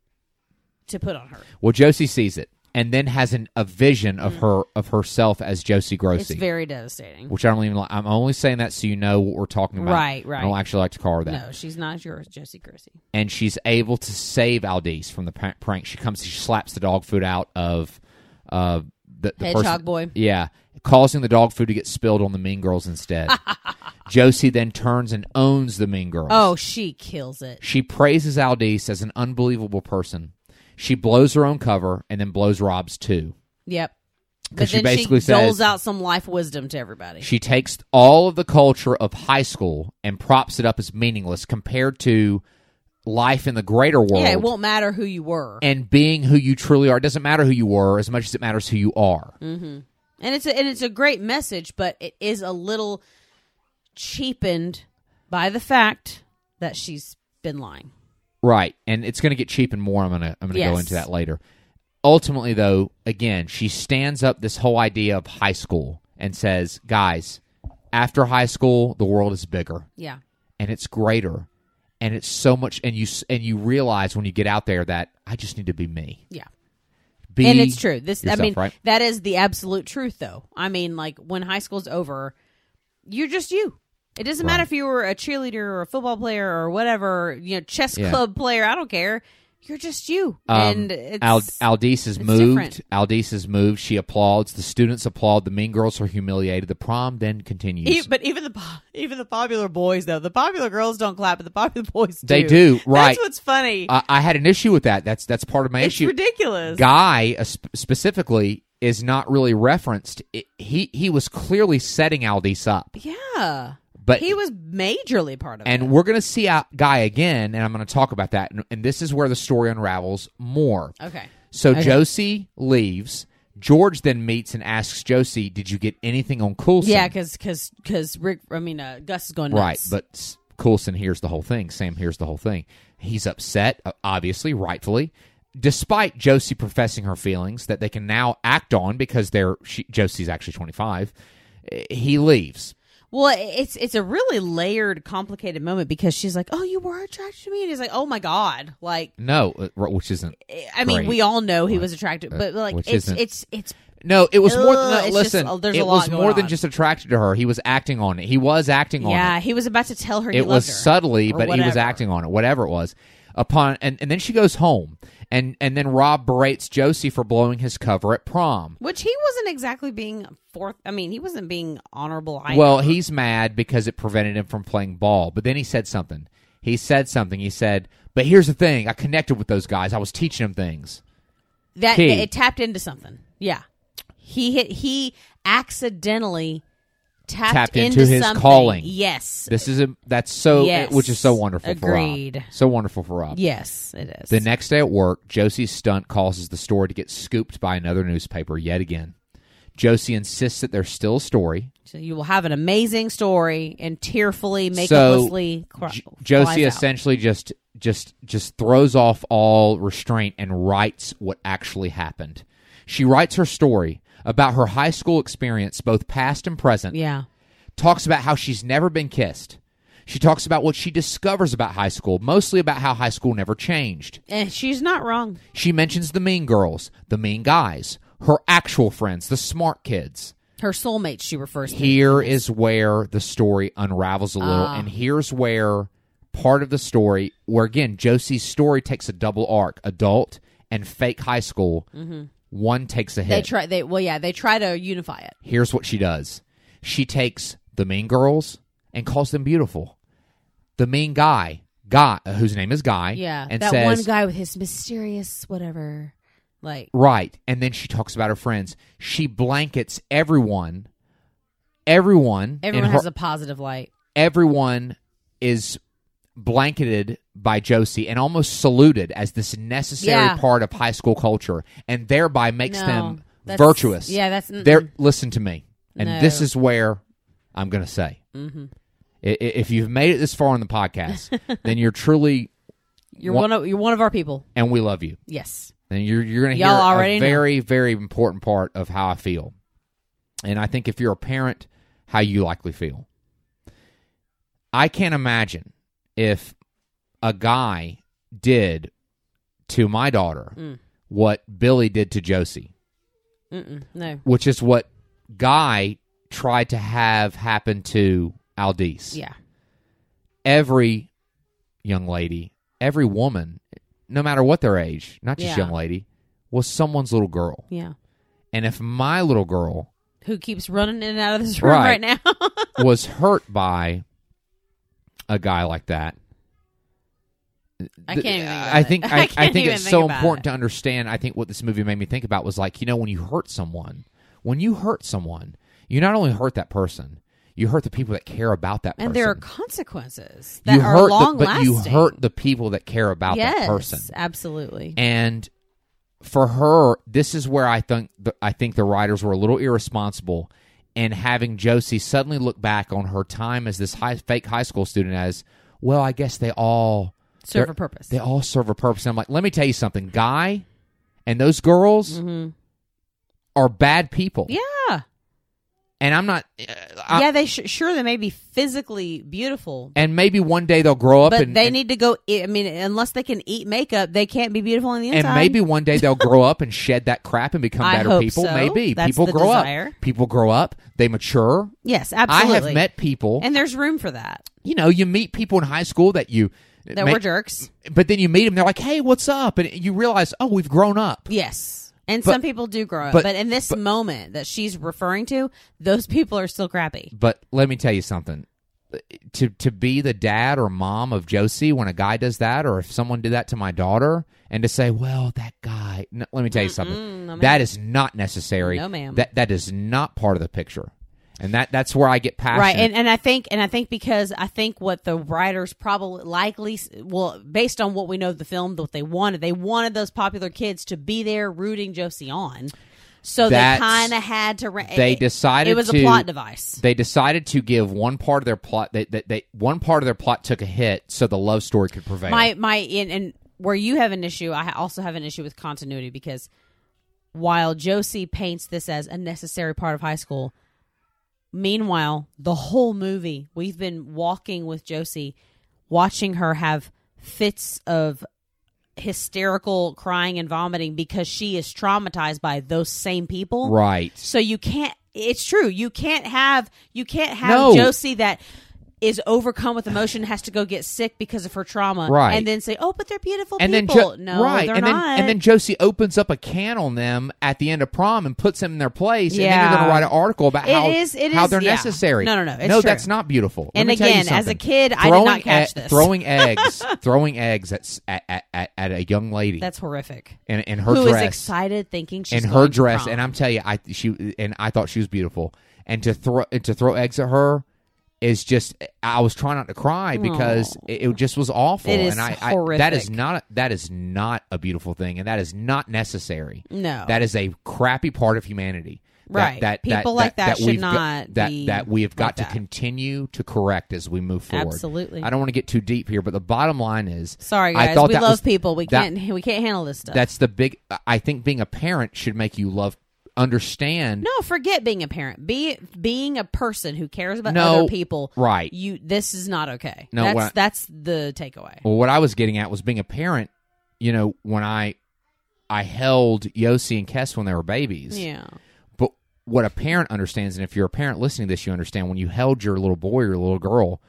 to put on her.
Well, Josie sees it and then has an, a vision of her of herself as Josie
Mm. It's
Grossi,
very devastating.
which I don't even. Like. I'm only saying that so you know what we're talking about.
Right, right.
I don't actually like to call her that.
No, she's not yours, Josie Gracie.
And she's able to save Aldis from the pa- prank. She comes, she slaps the dog food out of uh, the, the
Hedgehog
person-
boy.
Yeah, causing the dog food to get spilled on the Mean Girls instead. Josie then turns and owns the Mean Girls.
Oh, she kills it.
She praises Aldis as an unbelievable person. She blows her own cover and then blows Rob's too.
Yep. But
'Cause she
then she,
basically says-
doles out some life wisdom to everybody.
She takes all of the culture of high school and props it up as meaningless compared to life in the greater world
yeah, it won't matter who you were,
and being who you truly are. It doesn't matter who you were as much as it matters who you are.
Mm. and it's a, and it's a great message, but it is a little cheapened by the fact that she's been lying.
Right. And it's going to get cheap and more. I'm going to I'm going to go
Yes.
into that later. Ultimately though, again, she stands up this whole idea of high school and says, "Guys, after high school, the world is bigger."
Yeah.
and it's greater and it's so much and you s- and you realize when you get out there that I just need to be me.
Yeah.
Be
and it's true. This
yourself,
I mean
right?
that is the absolute truth though. I mean like when high school's over, you're just you. It doesn't matter if you were a cheerleader or a football player or whatever, you know, chess
Yeah.
club player, I don't care. You're just you.
Um,
and it's
Al- Aldis is
it's
moved.
different.
Aldis is moved. She applauds. The students applaud. The mean girls are humiliated. The prom then continues.
E- but even the po- even the popular boys though, the popular girls don't clap, but the popular boys do.
They do, right.
That's what's funny.
I, I had an issue with that. That's that's part of my
it's
issue.
ridiculous.
Guy uh, sp- specifically is not really referenced. It, he he was clearly setting Aldis up,
yeah.
but
he was majorly part of it.
And we're going to see out Guy again, and I'm going to talk about that. And, and this is where the story unravels more.
Okay.
So
Okay.
Josie leaves. George then meets and asks Josie, "Did you get anything on Coulson?"
Yeah, because because Rick, I mean uh, Gus is going nuts.
right. But S- Coulson hears the whole thing. Sam hears the whole thing. He's upset, uh, obviously, rightfully. Despite Josie professing her feelings that they can now act on because they're she, Josie's actually 25, eh, he leaves.
well, it's it's a really layered, complicated moment because she's like, "Oh, you were attracted to me," and he's like, "Oh my god!" Like, eh,
No, uh, r- which isn't.
I mean,
Great. Uh,
we all know he was attracted, but like,
which
it's
isn't-
it's it's
No, it was more.
Ugh,
Than,
it's
no, listen,
just- oh, there's a
it
lot
was
going
more than
on.
just attracted to her. He was acting on it. He was acting on
yeah.
it.
He was about to tell her he
It was
loved her,
subtly,
or
but he was
whatever.
acting on it. Whatever it was, upon and, and then she goes home, and and then Rob berates Josie for blowing his cover at prom.
which he wasn't exactly being forth. I mean, he wasn't being honorable. Either.
Well, he's mad because it prevented him from playing ball. But then he said something. He said something. He said, "But here's the thing. I connected with those guys. I was teaching them things."
that
Key.
it tapped into something. Yeah, he hit. He accidentally tapped,
Tapped into his
something.
calling.
Yes,
This is a that's so
Yes.
which is so wonderful for
Agreed.
Rob. So wonderful for Rob.
yes, it is.
The next day at work, Josie's stunt causes the story to get scooped by another newspaper yet again. Josie insists that there's still a story.
So you will have an amazing story and tearfully,
So,
makelessly cry.
J- Josie
cries out.
essentially just just just throws off all restraint and writes what actually happened. She writes her story about her high school experience, both past and present.
Yeah.
talks about how she's never been kissed. She talks about what she discovers about high school, mostly about how high school never changed.
And she's not wrong.
She mentions the mean girls, the mean guys, her actual friends, the smart kids.
Her soulmate, she refers to.
Here is where the story unravels a little,
Ah.
and here's where part of the story, where again, Josie's story takes a double arc adult and fake high school. One takes a hit.
Mm-hmm. they try. They well, yeah, they try to unify it.
Here's what she does she takes the mean girls and calls them beautiful. The mean guy, guy uh, whose name is Guy,
Yeah,
and
that
says,
one guy with his mysterious whatever, like
Right. And then she talks about her friends. She blankets everyone. Everyone, in
everyone
her-
has a positive light.
everyone is blanketed by Josie and almost saluted as this necessary
Yeah.
part of high school culture and thereby makes
No,
them
that's-
virtuous.
yeah, that's- mm-mm.
They're, listen to me. And
No.
this is where I'm going to say. Mm-hmm. If you've made it this far on the podcast, then you're truly,
You're
One-
one, of you're one of our people.
and we love you.
Yes,
And you're you're gonna hear
Y'all already
a
know.
very very important part of how I feel, and I think if you're a parent, how you likely feel. I can't imagine if a guy did to my daughter
Mm.
what Billy did to Josie,
Mm-mm, no,
which is what Guy tried to have happen to Aldice.
yeah,
Every young lady, every woman, no matter what their age, not just
Yeah.
young lady, was someone's little girl.
yeah.
And if my little girl
Who keeps running in and out of this room
Right.
right, now?
was hurt by a guy like that,
I can't. Even think about
I
it.
think I, I
can't
think
even
it's so
about
important
it.
to understand. I think what this movie made me think about was like you know when you hurt someone, when you hurt someone, you not only hurt that person, you hurt the people that care about that person.
And there are consequences that
you
are
hurt
long
the, but
lasting.
you hurt the people that care about
yes,
that person.
absolutely.
and for her this is where i think the, i think the writers were a little irresponsible in having josie suddenly look back on her time as this high, fake high school student as well i guess they all
Serve
they're-
a purpose.
they all serve a purpose i'm like let me tell you something guy and those girls are bad people
Mm-hmm. yeah,
and i'm not uh, I-
yeah. They sh- sure they may be physically beautiful,
and maybe one day they'll grow up
but
and,
they
and-
need to go. I mean, unless they can eat makeup, they can't be beautiful on the inside.
and maybe one day they'll grow up and shed that crap and become
I
better
hope
people.
so.
Maybe
That's
people
the
grow
desire.
up. People grow up. They mature.
yes, absolutely.
I have met people,
and there's room for that.
you know, you meet people in high school that you,
There
ma-
were jerks.
but then you meet them, they're like, "Hey, what's up?" And you realize, "Oh, we've grown up."
Yes. And
But-
some people do grow up,
but-
but, in this moment that she's referring to, those people are still crappy.
But let me tell you something: to to be the dad or mom of Josie when a guy does that, or if someone did that to my daughter, and to say, "Well, that guy," no, let me tell you something: that is not necessary.
No, ma'am.
That that is not part of the picture, and that that's where I get passionate.
Right. And and I think and I think because I think what the writers probably likely s- well, based on what we know of the film, what they wanted, they wanted those popular kids to be there rooting Josie on. So
That's-
they kind of had to. Ra-
they
it-
decided
it was
to-
a plot device.
they decided to give one part of their plot. They, they, they one part of their plot took a hit, so the love story could prevail.
My my and, and where you have an issue, I ha- also have an issue with continuity because while Josie paints this as a necessary part of high school, meanwhile the whole movie we've been walking with Josie, watching her have fits of hysterical crying and vomiting because she is traumatized by those same people.
right.
So you can't. It's true. You can't have. You can't have
No.
Josie that is overcome with emotion has to go get sick because of her trauma,
Right.
And then say, "Oh, but they're beautiful
and then Jo-
people." no,
right,
they're
and then
not.
and then Josie opens up a can on them at the end of prom and puts them in their place, and then you're
Yeah.
going to write an article about
It
how
is- it
how
is-
they're
yeah.
necessary.
No, no, no, it's
no,
true.
that's not beautiful. Let
And
me tell you
again, as a
something.
kid, I did
Throwing
not catch
e-
this.
Throwing eggs, throwing eggs at, s- at at- at at a young lady
That's horrific.
in, in her
Who is
dress,
excited thinking she's "Oh."
in her
going to
dress,
prom.
and I'm telling you, I she and I thought she was beautiful, and to throw and to throw eggs at her. Is just I was trying not to cry because it, it just was awful,
It is
and I, I that is
horrific.
not a, that is not a beautiful thing, and that is not necessary.
no.
That is a crappy part of humanity.
Right.
That, that,
People like that should
we've got-
not
that
be
that we have got
like
to
that.
continue to correct as we move forward.
Absolutely.
I don't want to get too deep here, but the bottom line is
Sorry,
I
guys.
thought
We
that
love
was-
people. We
that-
can't. We can't handle this stuff.
That's the big. I think being a parent should make you love, understand.
no, forget being a parent. Be being a person who cares about
No,
other people.
right.
You. This is not okay.
No,
That's
what I-
that's the takeaway.
Well, what I was getting at was being a parent. You know, when I I held Yossi and Kess when they were babies.
Yeah.
But what a parent understands, and if you're a parent listening to this, you understand when you held your little boy or your little girl.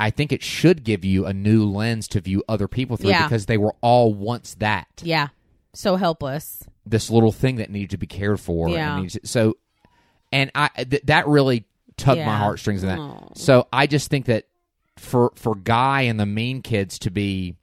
I think it should give you a new lens to view other people through
Yeah.
because they were all once that.
Yeah. So helpless.
this little thing that needed to be cared for.
Yeah.
And needs- so, and I th- that really tugged my
Yeah. Oh.
heartstrings in that.
Aw.
So I just think that for for Guy and the mean kids to be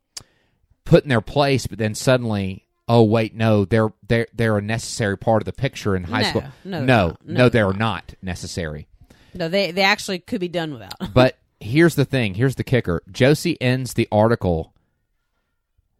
put in their place, but then suddenly, oh wait, no, they're they're they're a necessary part of the picture in high
No.
school. no,
No, they're
no,
not. No,
they
they're
are not necessary.
No, they they actually could be done without.
But here's the thing. Here's the kicker. Josie ends the article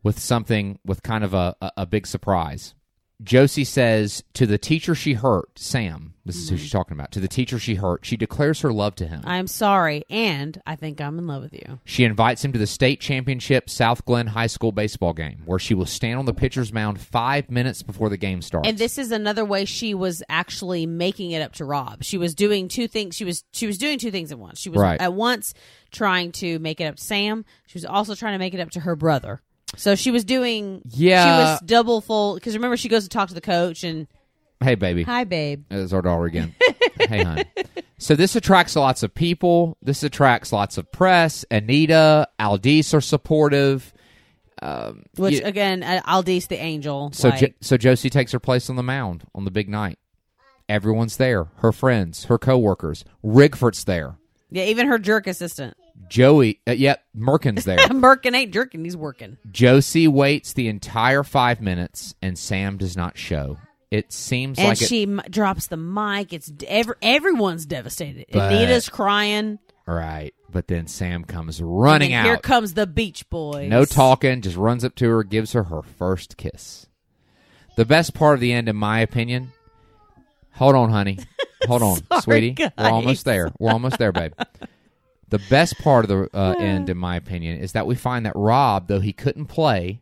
with something with kind of a, a, a big surprise. Josie says to the teacher she hurt, Sam. This
Mm-hmm.
is who she's talking about. To the teacher she hurt, she declares her love to him.
I'm sorry, and I think I'm in love with you.
she invites him to the state championship South Glen High School baseball game, where she will stand on the pitcher's mound five minutes before the game starts.
And this is another way she was actually making it up to Rob. She was doing two things. She was she was doing two things at once. She was
Right.
at once trying to make it up to Sam. She was also trying to make it up to her brother. So she was doing
Yeah.
She was double full because remember she goes to talk to the coach and
hey, baby.
hi babe.
It's our daughter again. hey, hon. So this attracts lots of people. This attracts lots of press. Anita, Aldis are supportive.
Which
Yeah.
again, uh, Aldis the angel.
So
like,
jo- so Josie takes her place on the mound on the big night. Everyone's there. Her friends, her coworkers. Rigford's there.
yeah, even her jerk assistant.
Joey, uh, yep, Merkin's there.
Merkin ain't jerking. He's working.
Josie waits the entire five minutes, and Sam does not show. It seems
and
like it,
she m- drops the mic. It's d- ev- everyone's devastated.
But-
Anita's crying.
right, but then Sam comes
And
running out.
Here comes the Beach Boys.
No talking, just runs up to her, gives her her first kiss. The best part of the end, in my opinion. Hold on, honey. Hold on,
Sorry,
sweetie. We're
guys.
almost there. We're almost there, babe. The best part of the uh, end, in my opinion, is that we find that Rob, though he couldn't play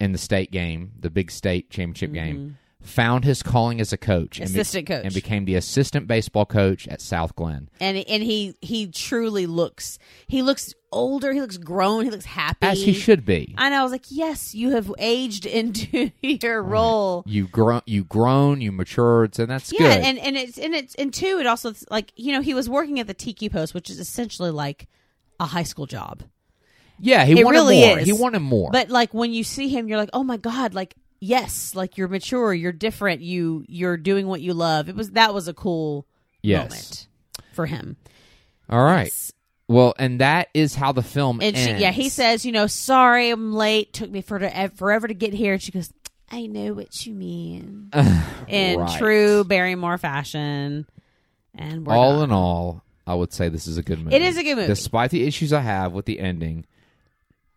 in the state game, the big state championship game, found his calling as a coach, and
Mm-hmm. Assistant coach.
and became the assistant baseball coach at South Glen.
and and he he truly looks he looks older. He looks grown. He looks happy.
As he should be.
And I was like, yes, you have aged into your role.
You grown, you grown, you matured, and that's
Yeah,
good.
and and it's and it's and two. It also like you know he was working at the Tiki Post, which is essentially like a high school job.
Yeah, he
It
wanted
really
more.
is.
He wanted more.
But like when you see him, you're like, oh my god, like yes, like you're mature, you're different, you you're doing what you love. It was that was a cool
Yes.
moment for him.
all right. Well, and that is how the film
And she,
ends.
yeah, he says, you know, sorry, I'm late. Took me for to, eh, forever to get here. And she goes, I know what you mean. in
Right.
true Barrymore fashion, and we're
all
done.
in all, I would say this is a good movie.
It is a good movie.
Despite the issues I have with the ending,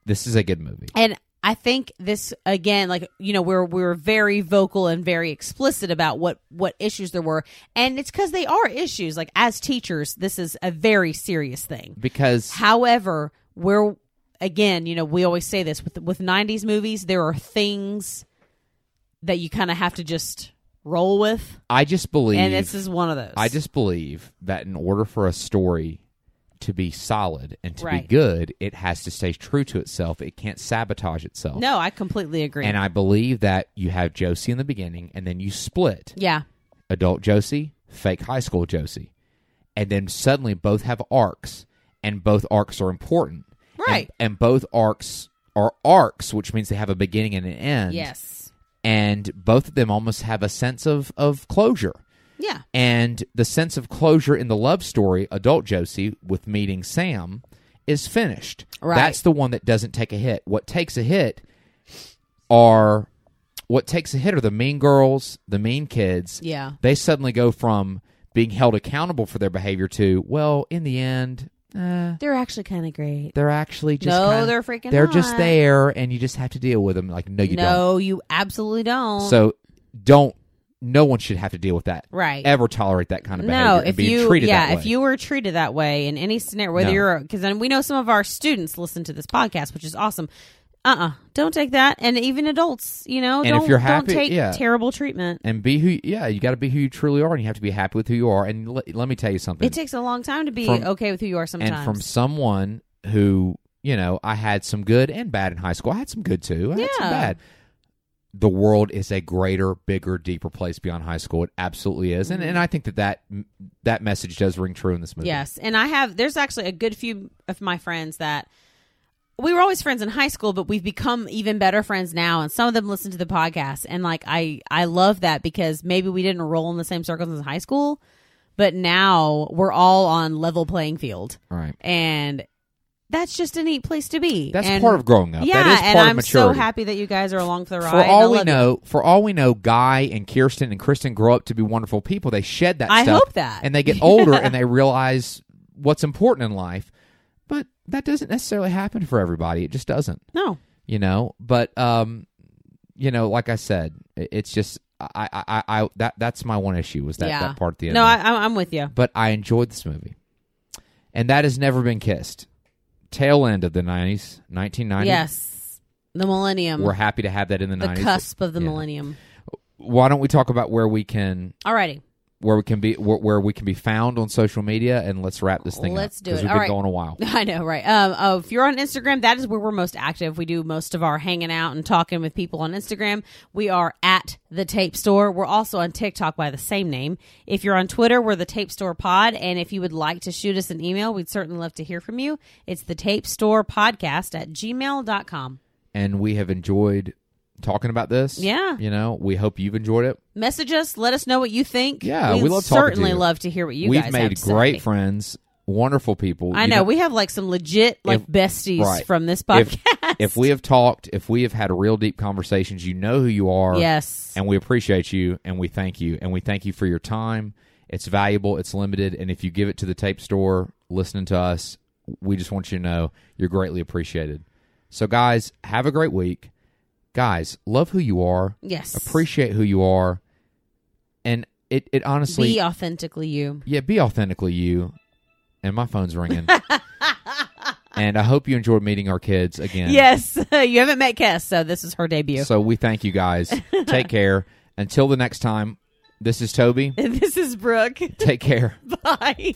this is a good movie.
And I think this again, like you know, we're we're very vocal and very explicit about what what issues there were, and it's because they are issues. Like as teachers, this is a very serious thing.
Because
However, we're again, you know, we always say this with with '90s movies, there are things that you kind of have to just roll with,
I just believe
and this is one of those.
I just believe that in order for a story to be solid and to be
Right.
good, it has to stay true to itself. It can't sabotage itself.
no, I completely agree.
And I believe that you have Josie in the beginning and then you split.
yeah,
adult Josie, fake high school Josie. And then suddenly both have arcs, and both arcs are important. And-
Right.
And, both arcs are arcs, which means they have a beginning and an end.
yes,
And both of them almost have a sense of, of closure.
yeah,
And the sense of closure in the love story, adult Josie with meeting Sam, is finished.
Right.
That's the one that doesn't take a hit. What takes a hit are what takes a hit are the mean girls, the mean kids.
Yeah.
They suddenly go from being held accountable for their behavior to, well, in the end, eh,
they're actually kind of great.
they're actually just
No,
kinda-
they're freaking
They're just
not.
there and you just have to deal with them like no you
no, you absolutely don't.
don't. So don't no one should have to deal with that.
Right.
Ever tolerate that kind of
No,
behavior and
if
being
you
treated
yeah,
that way.
if you were treated that way in any scenario, whether
No.
you're because then we know some of our students listen to this podcast, which is awesome. Uh uh-uh, uh, do not take that, and even adults, you know,
And if
don't
you're
don't
happy-
take
yeah.
terrible treatment.
and be who yeah, you got to be who you truly are and you have to be happy with who you are and let, let me tell you something.
It takes a long time to be
From-
okay with who you are sometimes.
and from someone who you know i had some good and bad in high school i had some good too i had some
Yeah.
bad the world is a greater bigger deeper place beyond high school it absolutely is and, and i think that, that that message does ring true in this movie
Mm. Yes, and I have. There's actually a good few of my friends that we were always friends in high school, but we've become even better friends now. And some of them listen to the podcast, and like I, I love that because maybe we didn't roll in the same circles as high school, but now we're all on level playing field,
all right
and that's just a neat place to be.
that's
And-
part of growing up
Yeah,
that is part
and
of
I'm
maturity
so happy that you guys are along for the ride.
for all
I
we
love it.
know, for all we know, Guy and Kirsten and Kristen grow up to be wonderful people. They shed that.
I
stuff,
hope that.
and they get older and they realize what's important in life. But that doesn't necessarily happen for everybody. It just doesn't
no,
you know but um you know like i said i- it's just i i i, I that that's my one issue was that
Yeah.
that part at the end
no,
of
I,
it.
I'm- I'm with you.
but i enjoyed this movie and that has never been kissed tail end of the 90s 1990
Yes, the millennium,
we're happy to have that in the,
the
90s
cusp of the
yeah.
millennium.
why don't we talk about where we can
Alrighty.
where we can be where, where we can be found on social media and let's wrap this thing
Let's
up
do
'cause
it.
we've
All
been
right.
going a while
I know, right? Um, oh, if you're on Instagram, that is where we're most active. We do most of our hanging out and talking with people on Instagram. We are at the Tape Store. We're also on TikTok by the same name. If you're on Twitter, we're the Tape Store Pod. And if you would like to shoot us an email, we'd certainly love to hear from you. It's the Tape Store Podcast at gmail.com.
and we have enjoyed talking about this
Yeah.
you know we hope you've enjoyed it
Message us. Let us know what you think.
Yeah, we love talking to
certainly
you.
love to hear what you
we've
guys have
made
to
great
say.
friends wonderful people
I
You
know we have like some legit like
If-
besties
right.
from this
If-
podcast.
if we have talked if we have had real deep conversations you know who you are
yes,
and we appreciate you and we thank you and we thank you for your time it's valuable it's limited and if you give it to the tape store listening to us we just want you to know you're greatly appreciated so guys have a great week guys love who you are
yes,
appreciate who you are and it, it honestly
Be authentically you.
yeah, be authentically you. And my phone's ringing. and I hope you enjoyed meeting our kids again.
Yes, you haven't met Cass, so this is her debut.
So we thank you guys. Take care. Until the next time, this is Toby.
this is Brooke.
Take care.
Bye.